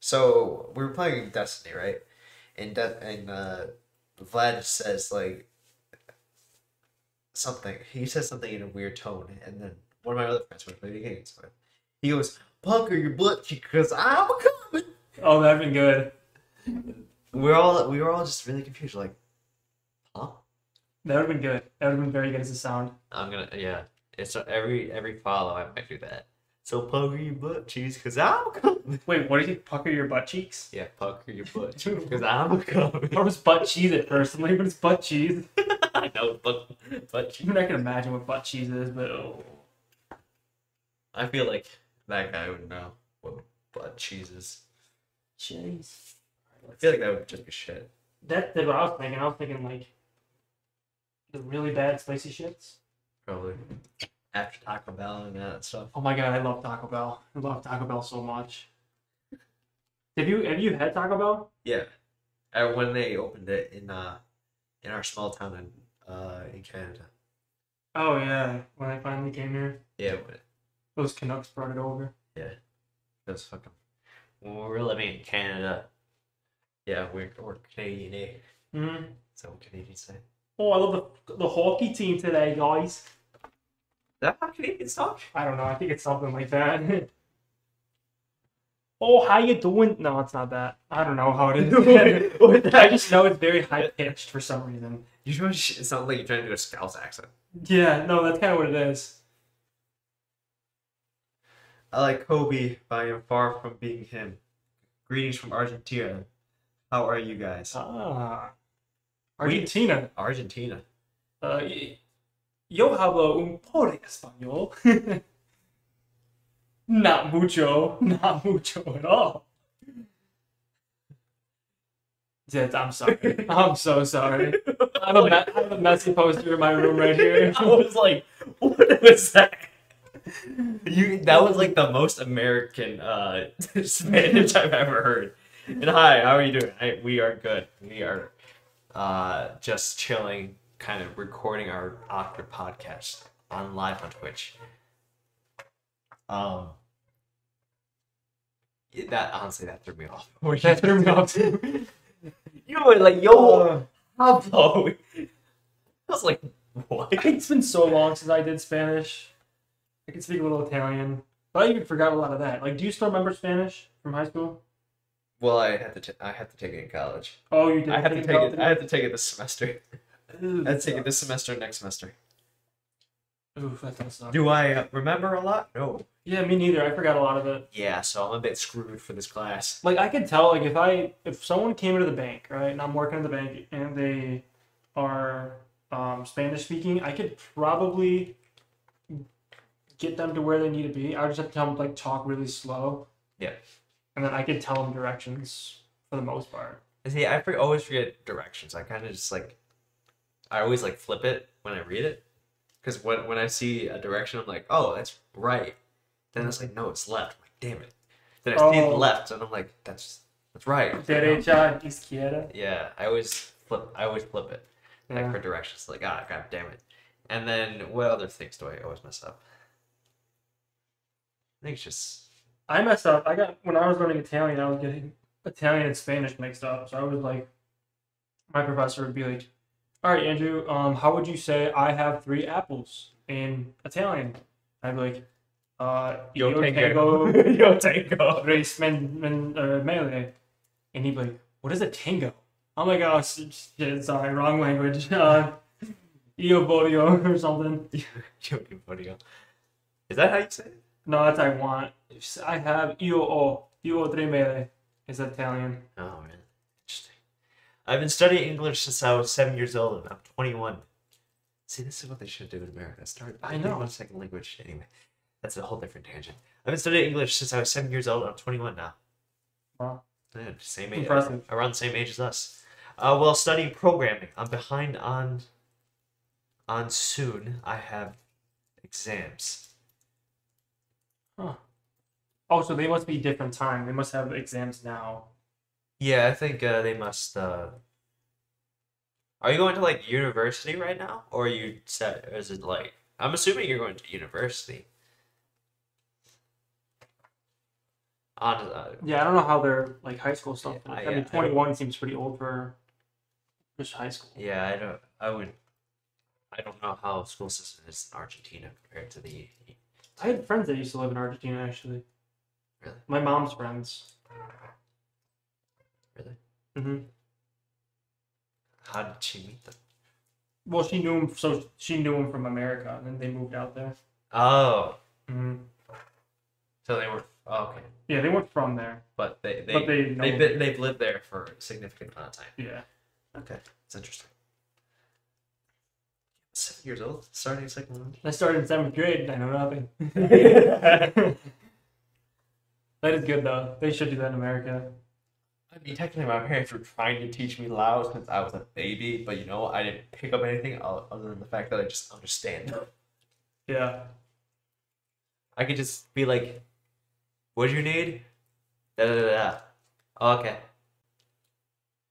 So we were playing Destiny, right? And De- and uh, Vlad says like something. He says something in a weird tone, and then one of my other friends was playing games with. He goes, "Punker your butt, because I'm coming." Oh, that'd been good. We're all we were all just really confused, like, huh? That would've been good. That would've been very good as a sound. I'm gonna yeah. It's uh, every every follow I might do that. So pucker your butt cheeks, cause I'm coming. Wait, what did you pucker your butt cheeks? Yeah, pucker your butt cheeks, cause I'm coming. I was butt cheese at first. Somebody was butt cheese. I know butt butt cheeks. I mean, I can imagine what butt cheese is, but oh. I feel like that guy would know what butt cheese is. Cheese. I feel like that would just be shit. That, that's what I was thinking. I was thinking, like, the really bad spicy shits. Probably. After Taco Bell and that stuff. Oh my god, I love Taco Bell. I love Taco Bell so much. Have you have you had Taco Bell? Yeah. Uh, when they opened it in uh in our small town in uh in Canada. Oh yeah, when I finally came here, Yeah, but those Canucks brought it over. it was fucking when we were living in Canada. Yeah, we're we're Canadian eh? Mm. So what Canadians say. Is Oh, I love the the hockey team today, guys. that how Canadians talk? I don't know. I think it's something like that. oh, how you doing? No, it's not that. I don't know how it is. I just know it's very high pitched for some reason. You trying to, it sounds like you're trying to do a Scouse accent. Yeah, no, that's kind of what it is. I like Kobe, but I am far from being him. Greetings from Argentina. How are you guys? Ah, Argentina. Argentina. Uh, y- yo hablo un poco de español. not mucho, not mucho at all. Dad, I'm sorry. I'm so sorry. I have a, me- I have a messy poster in my room right here. I was like, what was that? You that was like the most American uh Spanish I've ever heard. And hi, how are you doing? I, we are good. We are uh just chilling, kind of recording our awkward podcast on live on Twitch. Um yeah, that honestly that threw me off. That threw me off too. You were like, Uh, yo, Pablo. I was like, what? It's been so long since I did Spanish. I can speak a little Italian, but I even forgot a lot of that. Like, do you still remember Spanish from high school? Well, I had to. T- I had to take it in college. Oh, you did. I had to think take about it. I had to take it this semester. I had to take it this semester. and Next semester. Oof, that does suck. Do I uh, remember a lot? No. Yeah, me neither. I forgot a lot of it. Yeah, so I'm a bit screwed for this class. like I could tell like if I if someone came into the bank right and I'm working at the bank and they are um, Spanish speaking, I could probably get them to where they need to be. I would just have to tell them to, like talk really slow. Yeah. and then I could tell them directions for the most part. See, I for- always forget directions. I kind of just like, I always like flip it when I read it, because when when I see a direction, I'm like, oh, that's right. Then it's like, no, it's left. I'm like, damn it. Then I see Oh. left, and I'm like, that's that's right. Derecha, izquierda. Yeah, I always flip. I always flip it. like Yeah. for directions. Like, ah, god damn it. And then what other things do I always mess up? I think it's just I messed up. I got when I was learning Italian, I was getting Italian and Spanish mixed up. So I was like, my professor would be like, "All right, Andrew, um, how would you say I have three apples in Italian?" I'd be like, uh, "Io tengo Yo tango. tres men, men, uh, mele," and he'd be like, "What is a tango?" Oh my gosh, shit, sorry, wrong language. Uh, Io voglio or something. Yo buddy. Is that how you say it? No, that's I want. I have io o io tre mele is Italian. Oh man. Interesting. I've been studying English since I was seven years old and I'm twenty one. See, this is what they should do in America. Start I I know. know one second language anyway. That's a whole different tangent. I've been studying English since I was seven years old. I'm twenty one now. Wow. Yeah, same age. Impressive. Around the same age as us. Uh, well, studying programming. I'm behind on. On soon, I have exams. Oh, so they must be different time. They must have exams now. Yeah, I think uh, they must. Uh... Are you going to like university right now, or are you set? Or is it like I'm assuming you're going to university? On uh, Yeah, I don't know how their like high school stuff. Yeah, I- works. I, yeah, I mean, don't- twenty one seems pretty old for just high school. yeah, I don't. I would. I don't know how school system is in Argentina compared to the. I had friends that used to live in Argentina actually. Really? My mom's friends. Really? hmm How did she meet them? Well, she knew him, so she knew him from America, and then they moved out there. Oh, hmm so they were oh, okay, Yeah, they weren't from there, but they they but they know. they've been, they've lived there for a significant amount of time. yeah, Okay, it's interesting. Seven years old, starting a second one. I started in seventh grade and I know nothing. that is good though. They should do that in America. I mean, technically, my parents were trying to teach me Lao since I was a baby, but you know, I didn't pick up anything o- other than the fact that I just understand. Yeah, I could just be like, "What do you need?" Da da da. da. Oh, okay.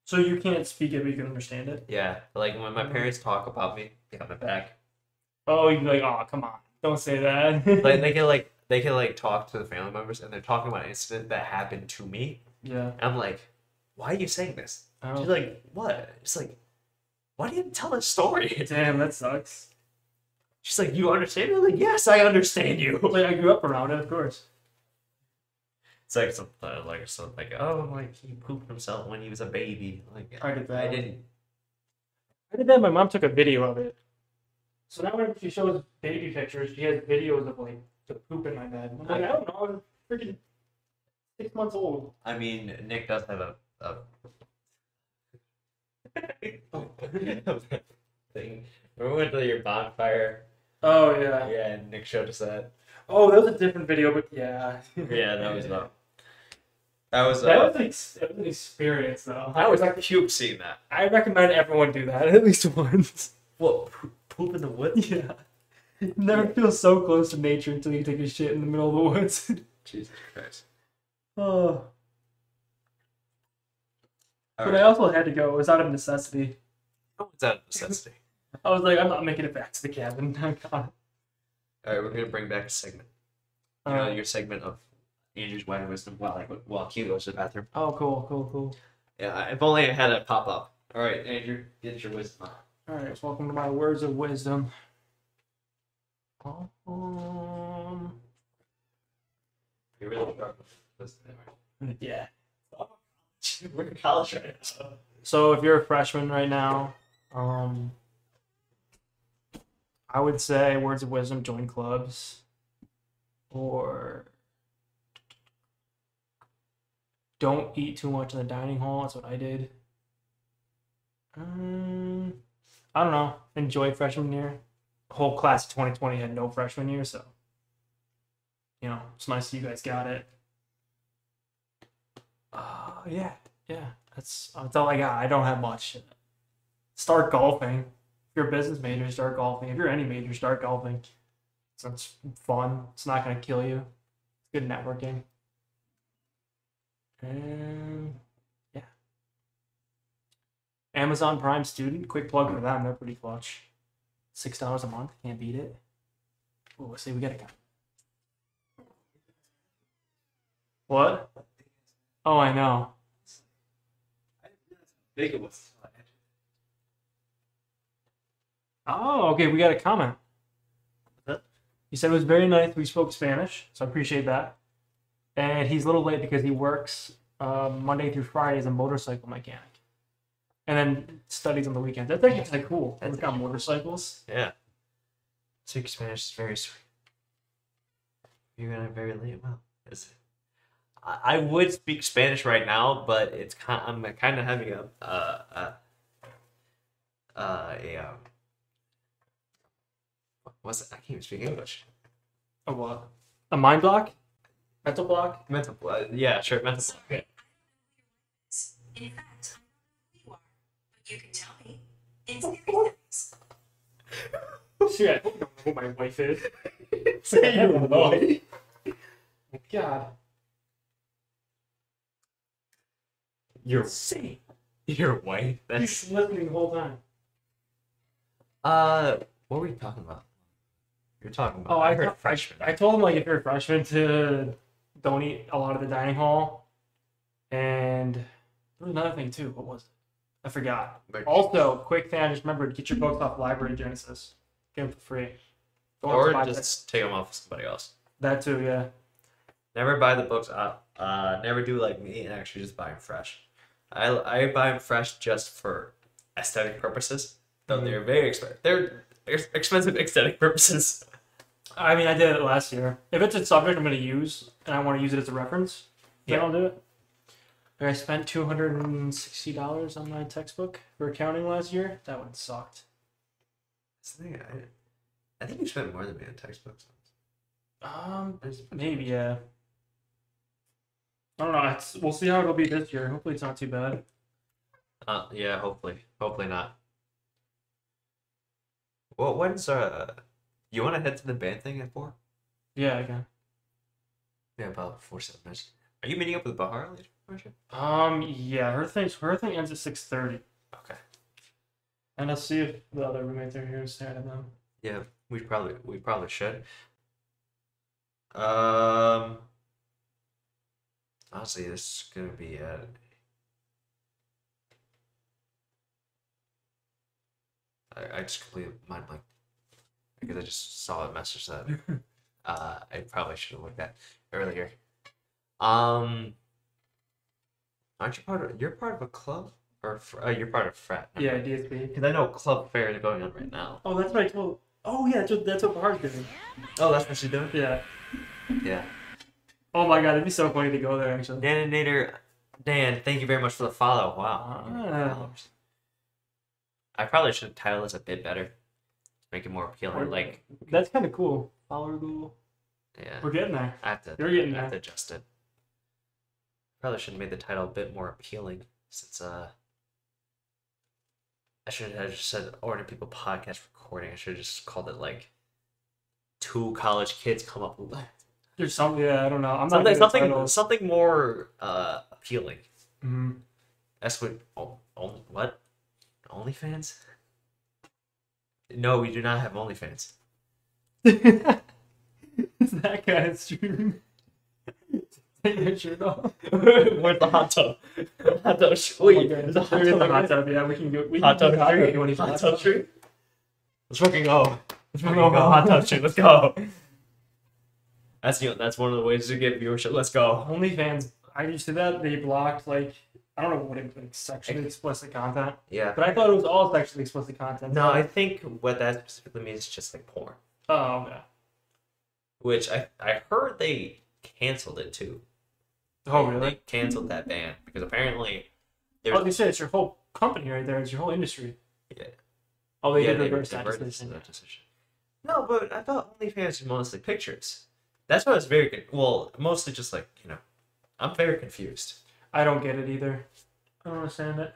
so you can't speak it, but you can understand it. Yeah. Like when my parents talk about me behind my back, Oh, you'd be like, oh, come on, don't say that. like they can like they can like talk to the family members, and they're talking about an incident that happened to me. yeah, And I'm like, "Why are you saying this?" I She's don't, like, "What?" It's like, "Why do you tell this story?" damn, that sucks. She's like, "You understand?" I'm like, "Yes, I understand you." Like I grew up around it, of course. It's like something like something like, "Oh, like he pooped himself when he was a baby." Like I did that. I didn't. I did that. My mom took a video of it. So now when she shows baby pictures, she has videos of like the poop in my bed. I'm like, I don't know, I was freaking six months old. I mean, Nick does have a, a thing. Remember when we went to your bonfire? Oh yeah. Yeah, and Nick showed us that. Oh, that was a different video, but yeah. Yeah, that was not. That was. That Uh, was, ex- that was an experience, though. I was cube seeing that. I recommend everyone do that at least once. What po- poop in the woods? yeah. You Never feel so close to nature until you take a shit in the middle of the woods. Jesus Christ! oh. All But I right. also had to go. It was out of necessity. Oh, it's out of necessity. I was like, I'm not making it back to the cabin. I got All right, we're gonna bring back a segment. it. You know, Uh, your segment of Andrew's wine wisdom while I, while Q goes to the bathroom. oh, cool, cool, cool. Yeah, if only I had it pop up. All right, Andrew, get your wisdom. on. All right, welcome to my words of wisdom. Um, You're really struggling with this. yeah. We're in college right now. So if you're a freshman right now, um, I would say words of wisdom, join clubs, or don't eat too much in the dining hall. That's what I did. Um, I don't know. Enjoy freshman year. Whole class of 2020 had no freshman year, so you know it's nice that you guys got it. Uh, yeah. Yeah, that's that's all I got. I don't have much. Start golfing. If you're a business major, start golfing. If you're any major, start golfing. So it's fun. It's not gonna kill you. It's good networking. And yeah. Amazon Prime student, quick plug for them, they're pretty clutch. Six dollars a month, can't beat it. Ooh, let's see, we gotta go. What? Oh I know. Big it was. Oh, okay. We got a comment. Huh? He said it was very nice. We spoke Spanish, so I appreciate that. And he's a little late because he works uh, Monday through Friday as a motorcycle mechanic, and then studies on the weekends. That's actually kind of cool. That's Work on motorcycles. Yeah. Speaking Spanish is very sweet. You're gonna very late. Well, is I I would speak Spanish right now, but it's kind. I'm kind of having a uh uh uh a um. What's I can't even speak English. A what? A mind block? Mental block? Mental. Uh, yeah, sure. Mental. In fact, I don't know who you are, but you can tell me. In serious Shit, I don't know who my wife is. Say your boy. My God. Your See, your wife. That's she's listening the whole time. Uh, what were you talking about? You're talking about. Oh, I, heard heard freshman. I told him like if you're a freshman to don't eat a lot of the dining hall, and there was another thing too. What was it? I forgot. But- Also, quick thing I just remembered: get your books off Library Genesis. Get them for free. Go on to or buy just books. take them off of somebody else. that too. Yeah. Never buy the books out. Uh, never do like me and actually just buy them fresh. I I buy them fresh just for aesthetic purposes. though they're very expensive. They're ex- expensive aesthetic purposes. I mean, I did it last year. If it's a subject I'm going to use and I want to use it as a reference, then Yeah. I'll do it. Like, I spent two hundred and sixty dollars on my textbook for accounting last year. That one sucked. That's the thing, I, I think you spent more than me on textbooks. Um, I just- maybe yeah. I don't know. It's, we'll see how it'll be this year. Hopefully, it's not too bad. Uh, yeah, hopefully, hopefully not. Well, when's uh, you want to head to the band thing at four? Yeah, again. Yeah, about four seven minutes. Are you meeting up with Bahar later? aren't you? Um, yeah. Her thing. Her thing ends at six thirty, Okay. and I'll see if the other roommates are here and stare at them. Yeah, we probably we probably should. Um. Honestly, this is gonna be at. I, I just completely mind blank because I just saw a message that uh, I probably should have looked at earlier. Um, aren't you part of? You're part of a club, or fr- uh, you're part of frat? Yeah, DSB. because I know club fair is going on right now. Oh, that's what I told. Oh yeah, that's what, that's what Bahar's doing. Oh, that's what she's doing. Yeah. Yeah. Oh my god, it'd be so funny to go there actually. Dan and Nader, Dan, thank you very much for the follow. Wow. $100. I probably should title this a bit better. Make it more appealing. Like, That's kind of cool. Follow Google. yeah. We're getting there. I have to, You're getting I have to there. adjust it. Probably should have made the title a bit more appealing since, uh, I should have just said Ordinary People Podcast Recording. I should have just called it like Two College Kids Come Up with There's something. Yeah, I don't know. I'm not Something, good at something, titles. something more uh, appealing. Mhm. That's what. Oh, oh, what? OnlyFans? No, we do not have OnlyFans. that guy's stream. Take your shirt off. Where's the hot tub? Hot tub. sh- Oh my Wait, God. there's a hot There is tub. a hot right? tub. Yeah, we can do. We Hot can do tub hot tree. tub when he's Hot tub tree. Let's fucking go. Let's fucking go. go. Hot tub tree. Let's go. That's you know, that's one of the ways to get viewership. Let's go. OnlyFans. I used to that. They blocked like I don't know what it was, like sexually explicit content, Yeah. but I thought it was all sexually explicit content. No, I think what that specifically means is just like porn, Oh yeah. which I I heard they canceled it too. Oh They- really? They canceled that ban because apparently there Oh, they said it's your whole company right there. It's your whole industry. Yeah. Oh, they yeah, did they reverse that reversed decision. that decision. No, but I thought OnlyFans was mostly pictures. That's why I was very con- well, mostly just like you know, I'm very confused. I don't get it either. I don't understand it.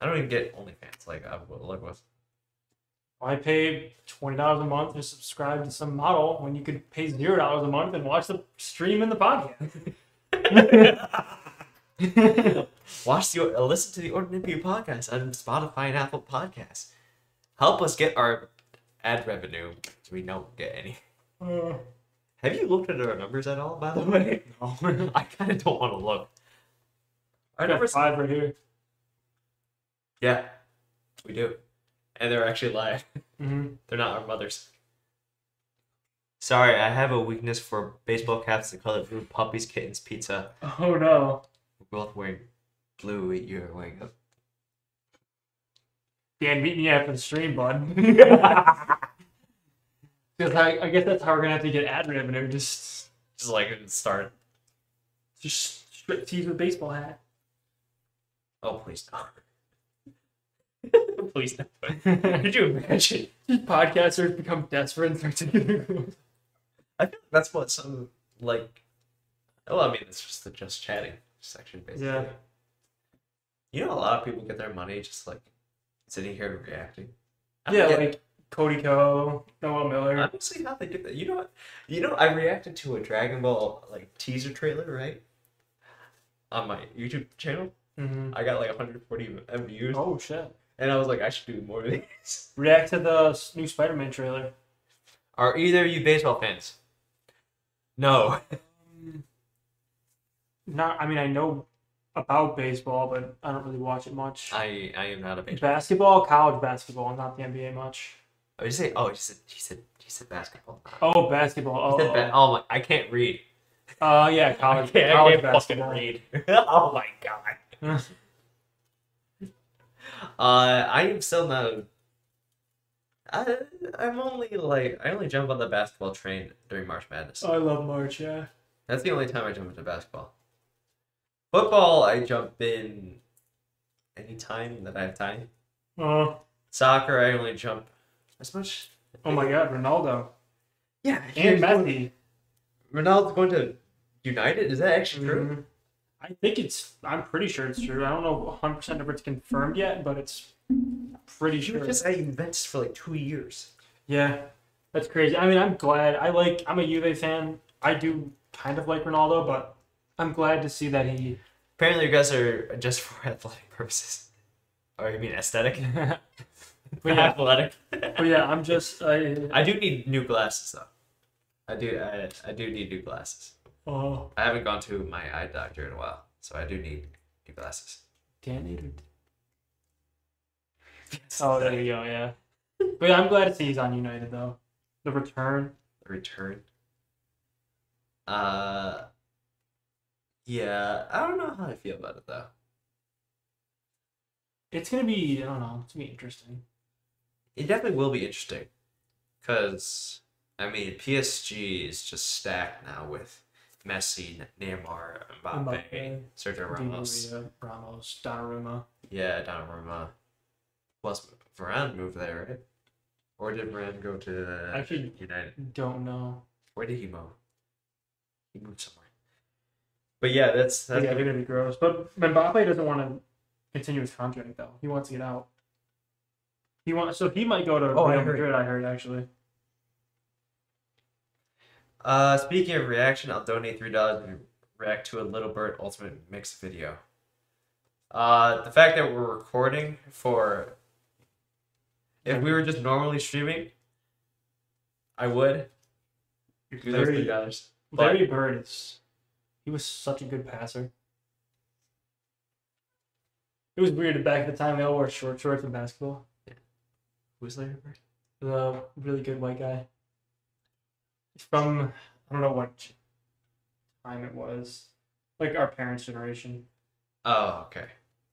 I don't even get OnlyFans. Like I would look with. Why pay twenty dollars a month to subscribe to some model when you could pay zero dollars a month and watch the stream and the podcast? Watch the uh, listen to the Ordinary People podcast on Spotify and Apple Podcasts. Help us get our ad revenue. We don't get any. Uh, Have you looked at our numbers at all? By the way, no. I kind of don't want to look. Our I got numbers five right here. Yeah, we do. And they're actually live. hmm They're not our mothers. Sorry, I have a weakness for baseball caps, the color blue, puppies, kittens, pizza. Oh no! We're both wearing blue. You're wearing a... Dan, meet me after the stream, bud. Because I, I guess that's how we're gonna have to get ad revenue. Just, just like it start. just strip tease with baseball hat. Oh please no. please no. Could you imagine? Just podcasters become desperate and start taking their clothes. I feel like that's what some like. Well, I mean, it's just the just chatting section, basically. Yeah. You know, a lot of people get their money just like sitting here and reacting. I don't Yeah, get- like Uh, Cody Co, Noel I Miller. don't see how they do that. You know what? You know, I reacted to a Dragon Ball like teaser trailer, right? On my YouTube channel, Mhm. I got like 140 m- views, Oh shit! and I was like, I should do more of these. React to the s- new Spider-Man trailer. Are either of you baseball fans? No. Not, I mean, I know about baseball, but I don't really watch it much. I I am not a baseball. Basketball, college basketball, not the NBA much. Oh, you say? Oh, he said he said he said basketball. He Oh, basketball. said ba- Oh, oh my! I can't read. oh. Uh, yeah, I college, can't, I college Oh can't fucking basketball. read. oh my god! Uh, I am still not. I I'm only like I only jump on the basketball train during March Madness. I love March. Yeah. That's the only time I jump into basketball. Football, I jump in any time that I have time. Uh, Soccer, I only jump as much. oh my God, Ronaldo Yeah, and Messi. Ronaldo's going to United. Is that actually true? Mhm. I think it's. I'm pretty sure it's true. I don't know 100 percent if it's confirmed yet, but it's pretty He sure. was just at Juventus for like two years. Yeah, that's crazy. I mean, I'm glad. I like. I'm a Juve fan. I do kind of like Ronaldo, but I'm glad to see that he. Apparently, you guys are just for athletic purposes. Or you mean aesthetic? but yeah, athletic. but yeah, I'm just. I, I do need new glasses though. I do. I, I do need new glasses. oh, I haven't gone to my eye doctor in a while, so I do need new glasses. Danny. Oh, there you go. Yeah, but yeah, I'm glad to see he's on United though. The return. return. Uh, yeah, I don't know how I feel about it though. It's gonna be. I don't know. It's gonna be interesting. It definitely will be interesting, cause I mean PSG is just stacked now with Messi, Neymar, Mbappe, Mbappe, Sergio Ramos. Di Maria, Ramos, Donnarumma. Yeah, Donnarumma. Plus Varane moved there, right? Or did Varane go to Actually- United? Don't know. Where did he move? He moved somewhere. But yeah, that's that's yeah, gonna they're gonna be gross. But Mbappe doesn't want to continue his contract though. He wants to get out. He wants, so he might go to Oh, I Real heard. Madrid. I heard actually. Uh, speaking of reaction, I'll donate three dollars and react to a Little Bird Ultimate Mix video. Uh, the fact that we're recording for if we were just normally streaming, I would do those three Larry, dollars. but- Larry Bird is. He was such a good passer. It was weird back at the time. They all wore short shorts in basketball. Who's Larry Bird? The really good white guy. He's from I don't know what time it was, like our parents' generation. Oh, okay.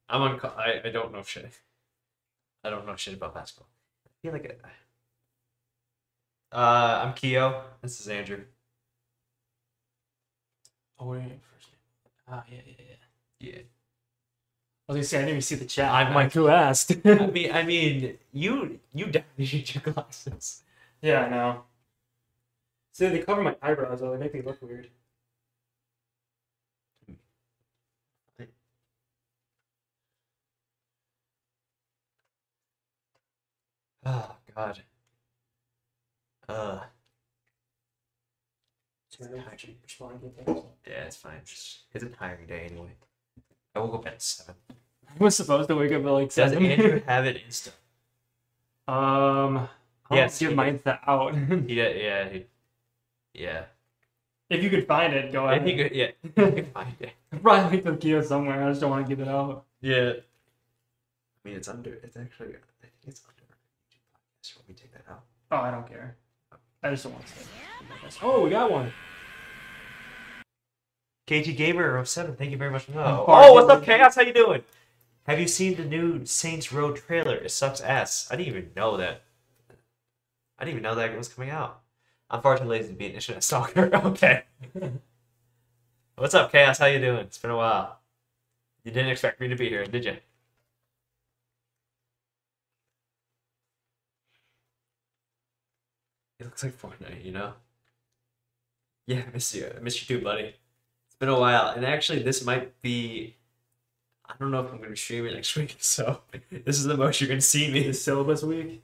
I'm on. co- I I don't know shit. I don't know shit about basketball. I feel like it. Uh, I'm Keo. This is Andrew. Oh, wait, first name. Ah, yeah, yeah, yeah. Yeah. I was gonna say I didn't even see the chat. I'm like, who asked? I mean, I mean, you you definitely need your glasses. yeah, I know. See, they cover my eyebrows though. They make me look weird. Oh God. Uh, So I It's don't tiring. respond to things. yeah, it's fine. Just it's a tiring day anyway. I woke up at seven. I was supposed to wake up at like Does seven. Andrew have it insta? um, I'll Yes, give he mine to out. Yeah, yeah, he, yeah. if you could find it, go If ahead. he could, yeah, if he could find it. Probably like the Kia somewhere. I just don't want to give it out. Yeah. I mean, it's under. It's actually. I think it's under. our YouTube podcast. Let me take that out. Oh, I don't care. I just don't want to. Say it. Oh, we got one. KG Gamer of Seven, thank you very much. for that. Oh, Oh, what's Gamer. up, Chaos? How you doing? Have you seen the new Saints Row trailer? It sucks ass. I didn't even know that. I didn't even know that it was coming out. I'm far too lazy to be an internet stalker. okay. what's up, Chaos? How you doing? It's been a while. You didn't expect me to be here, did you? It looks like Fortnite, you know. Yeah, I miss you. I miss you too, buddy. It's been a while, and actually, this might be. I don't know if I'm gonna be streaming next week, so this is the most you're gonna see me. Is syllabus week?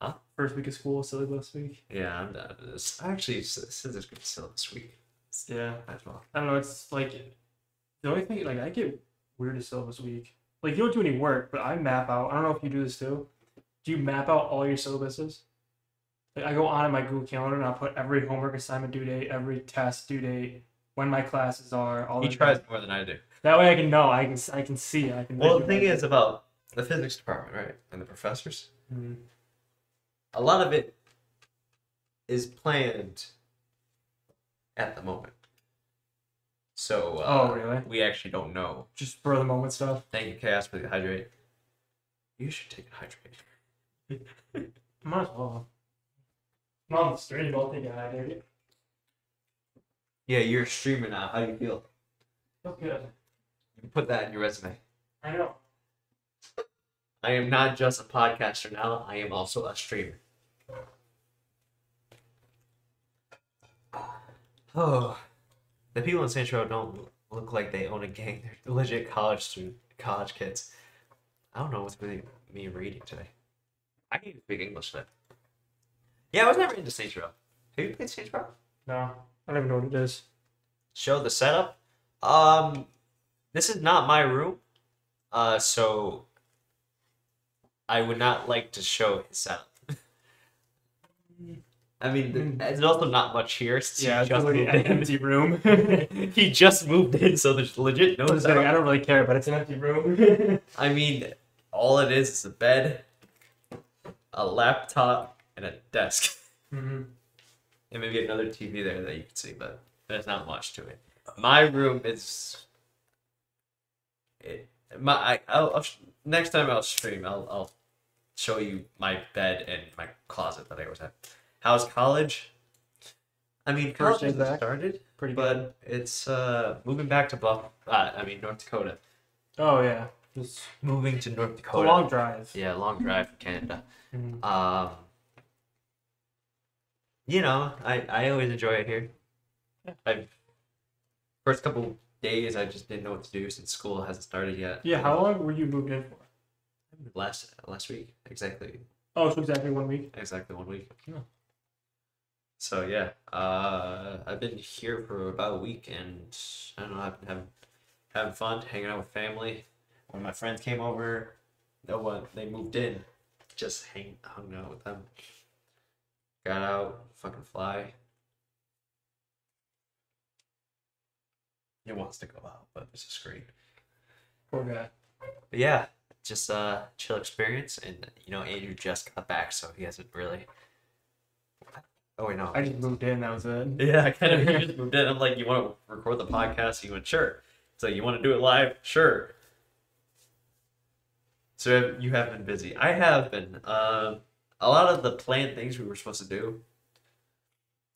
Huh? First week of school, syllabus week. Yeah, I'm done with this. Actually, s- since it's gonna be still this week, Yeah. might as well. I don't know. It's like the only thing like I get weird as syllabus week. Like you don't do any work, but I map out. I don't know if you do this too. Do you map out all your syllabuses? Like I go on in my Google Calendar and I'll put every homework assignment due date, every test due date, when my classes are. All He that. tries more than I do. That way I can know. I can I can see. I can. Well, the thing visualize is about the physics department, right, and the professors. it. Mhm. A lot of it is planned at the moment. So uh, Oh, really? Oh, we actually don't know just for the moment stuff. Thank you, Chaos, for the hydrate. You should take a hydrate. Might as well. I'm on the stream, I'll take a hydrate. Yeah, you're streaming now. How do you feel? Feels good. You put that in your resume. I know. I am not just a podcaster now. I am also a streamer. Oh, the people in Central don't look like they own a gang. They're legit college student, college kids. I don't know what's with me reading today. I can't even speak English today. Yeah, I was never into Saints Row. Have you played Saints Row? No, I don't even know what it is. show the setup. Um, this is not my room, uh, so I would not like to show his setup. I mean, there's also not much here. since he just moved in. room. he just moved in, so there's legit no setup. I don't really care, but it's an empty room. I mean, all it is is a bed, a laptop, and a desk. hmm and maybe another TV there that you can see, but there's not much to it. My room is it my I, I'll, I'll sh- next time I'll stream I'll I'll show you my bed and my closet that I always have. How's college? I mean, college First day hasn't back. started, Pretty good. but it's uh moving back to Buff. Uh, I mean North Dakota. Oh yeah, it's Moving to North a Dakota. long drive. Yeah, long drive from Canada. Mhm. Um, you know, I, I always enjoy it here. I first couple days I just didn't know what to do since school hasn't started yet. Yeah, how long were you moved in for? Last last week, exactly, Oh, so exactly one week. exactly one week. Yeah. So yeah, uh, I've been here for about a week, and I don't know, I've been having, having fun, hanging out with family. When my friends came over, no one they moved in, just hang hung out with them. Got out, fucking fly. It wants to go out, but it's just great. Poor guy. But yeah, just a chill experience, and you know Andrew just got back, so he hasn't really. Oh wait, no. I just moved in. That was it. yeah, I kind of he just moved in. I'm like, you want to record the podcast? He went, sure. So you want to do it live? Sure. So have- you have been busy. I have been. Um, a lot of the planned things we were supposed to do.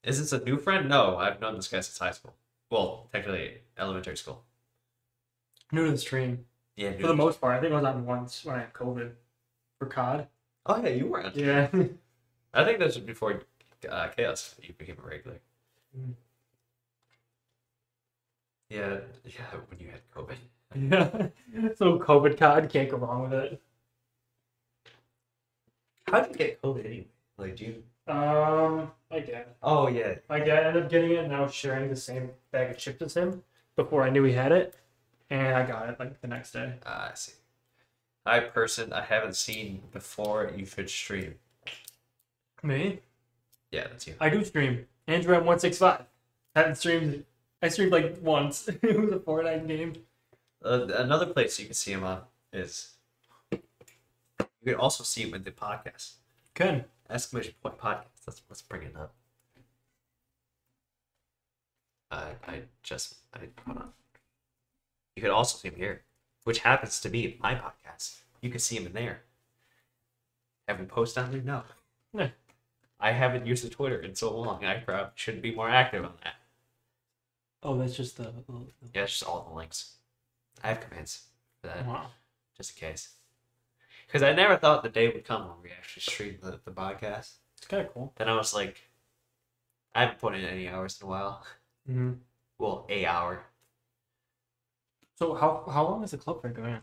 Is this a new friend? No, I've known this guy since high school. Well, technically elementary school. New to the stream Yeah. for the dude. most part. I think I was on once when I had COVID for COD. oh yeah, you were. on Yeah. I think this was before uh, Chaos you became a regular. Mm. Yeah, yeah, when you had COVID. yeah. So COVID COD can't go wrong with it. How did you get COVID anyway? Like, do you? Um, I get. it. Oh yeah, Like I ended up getting it, and I was sharing the same bag of chips as him before I knew he had it, and I got it like the next day. ah, I see. Hi, person I haven't seen before. You should stream. Me? Yeah, that's you. I do stream. Andrew M one six five. Haven't streamed. I streamed like once. it was a Fortnite game. Uh, another place you can see him on is. You can also see him in the podcast. Good. Exclamation point podcast. Let's let's bring it up. I I just I hold on. You could also see him here, which happens to be my podcast. You can see him in there. Have we posted on there? No. No. I haven't used the Twitter in so long. I probably should be more active on that. Oh, that's just the. Yeah, it's just all the links. I have commands for that, Wow. just in case. Because I never thought the day would come when we actually stream the, the podcast. It's kind of cool. Then I was like, I haven't put in any hours in a while. Mm-hmm. Well, a hour. So how how long is the club fair going on?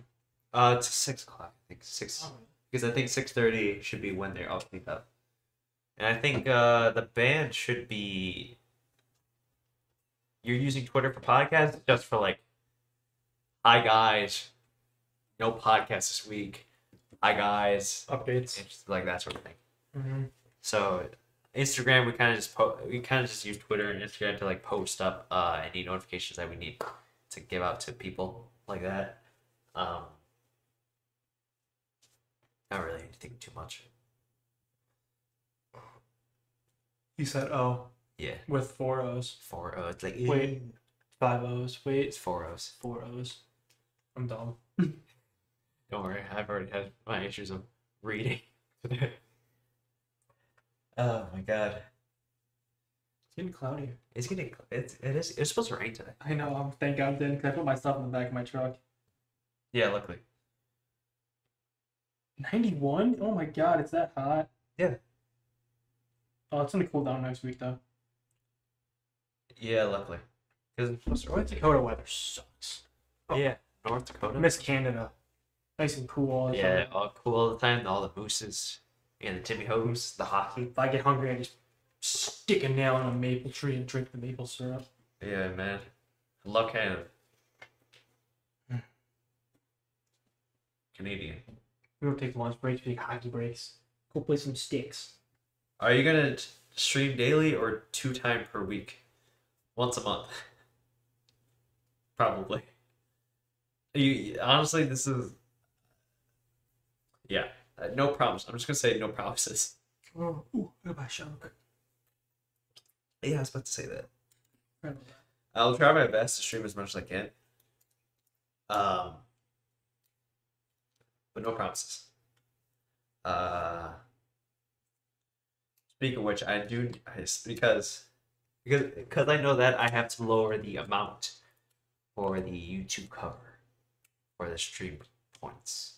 Uh, it's six o'clock. I think six Oh. because I think six thirty should be when they're all cleaned up, and I think uh the band should be. You're using Twitter for podcasts just for like, hi guys, no podcast this week. Hi guys, Updates. and just like that sort of thing. Mm-hmm. So Instagram, we kind of just po- we kind of just use Twitter and Instagram to like post up uh, any notifications that we need to give out to people like that. Um, not really anything too much. You said oh Yeah, with four O's. four O's. Like oh Wait. "Ew." Five O's. Wait, it's four O's. four O's. I'm dumb. Don't worry, I've already had my issues of reading. oh my god, It's getting cloudy. it's getting it's it is it's supposed to rain today. I know. I'm thank God then because I put my stuff in the back of my truck. Yeah, luckily. 91? Oh my God, it's that hot. Yeah. Oh, it's gonna cool down next week though. Yeah, luckily. Because it's supposed to North Dakota weather sucks. Oh. Yeah, North I Dakota. miss Canada. Nice and cool all the yeah, time. all cool all the time. All the mooses and the Timmy Hoes, the hockey. If I get hungry, I just stick a nail in a maple tree and drink the maple syrup. Yeah, man. I love Canada. Canadian. We don't take lunch breaks, we take hockey breaks. Go play some sticks. Are you gonna t- stream daily or two time per week? Once a month. Probably. You honestly, this is. Yeah, uh, no promises. I'm just gonna say no promises. Oh, ooh, look at my shark. Yeah, I was about to say that. Right. I'll try my best to stream as much as I can. Um, but no promises. Uh, speaking of which, I do I s- because because because I know that I have to lower the amount for the YouTube cover for the stream points.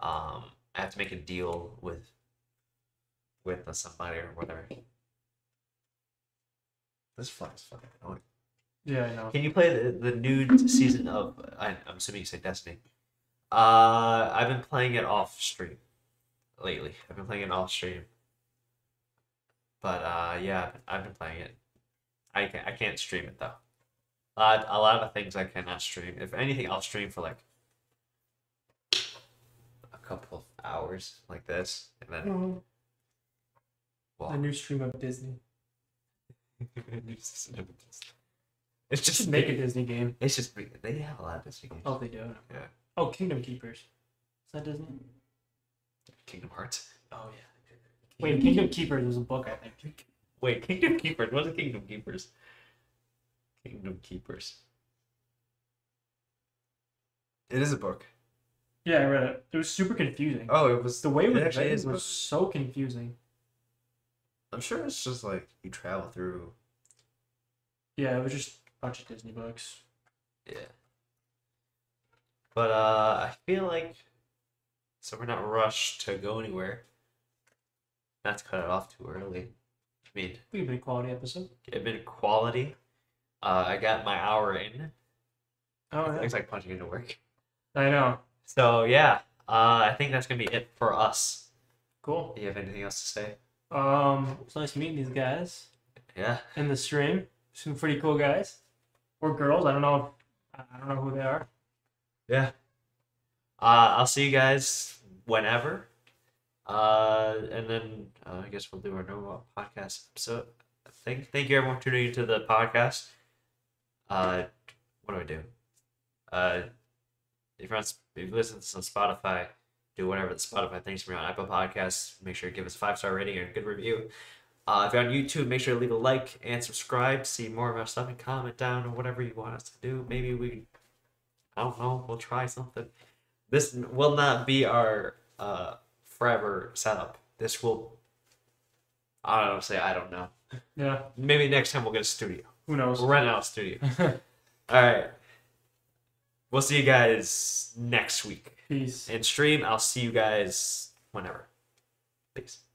Um, I have to make a deal with with somebody or whatever. This fly's fucking annoying. Yeah, I know. Can you play the, the nude season of? I, I'm assuming you say Destiny. Uh, I've been playing it off stream lately. I've been playing it off stream, but uh, yeah, I've been playing it. I can I can't stream it though. A lot, a lot of things I cannot stream. If anything, I'll stream for like a couple of hours, like this, and then Mhm. walk. The new stream of Disney. it's just, Just make a Disney game. It's just they have a lot of Destiny games. Oh, they do. Yeah. Oh, Kingdom Keepers. Is that Disney? Kingdom Hearts. Oh yeah. Wait, Kingdom Keepers was a book, I think. Wait, Kingdom Keepers. What is Kingdom Keepers? Kingdom Keepers. It is a book. Yeah, I read it. It was super confusing. Oh, it was the way it it was actually written is a was book. so confusing. I'm sure it's just like you travel through. Yeah, it was just a bunch of Disney books. Yeah. But uh, I feel like so we're not rushed to go anywhere. Not to cut it off too early. I mean, We have been a quality episode. it's been quality. Uh, I got my hour in. Oh yeah. It's like punching into work. I know. So yeah, uh, I think that's gonna be it for us. Cool. Do you have anything else to say? Um, it's nice meeting these guys Yeah. in the stream. Some pretty cool guys or girls. I don't know. I I don't know who they are. Yeah. Uh, I'll see you guys whenever. Uh, and then uh, I guess we'll do our normal podcast episode. Thank, thank you everyone for tuning into the podcast. Uh, what do I do? Uh, if you're on, Sp- if you listen to this on Spotify, do whatever the Spotify thinks for you on Apple Podcasts. Make sure you give us a five star rating and a good review. Uh, if you're on YouTube, make sure to leave a like and subscribe. See more of our stuff and comment down or whatever you want us to do. Maybe we I don't know. We'll try something. This will not be our uh, forever setup. This will. I don't say I don't know. Yeah. Maybe next time we'll get a studio. Who knows? We'll rent out a studio. All right. We'll see you guys next week Peace. in stream. I'll see you guys whenever. Peace.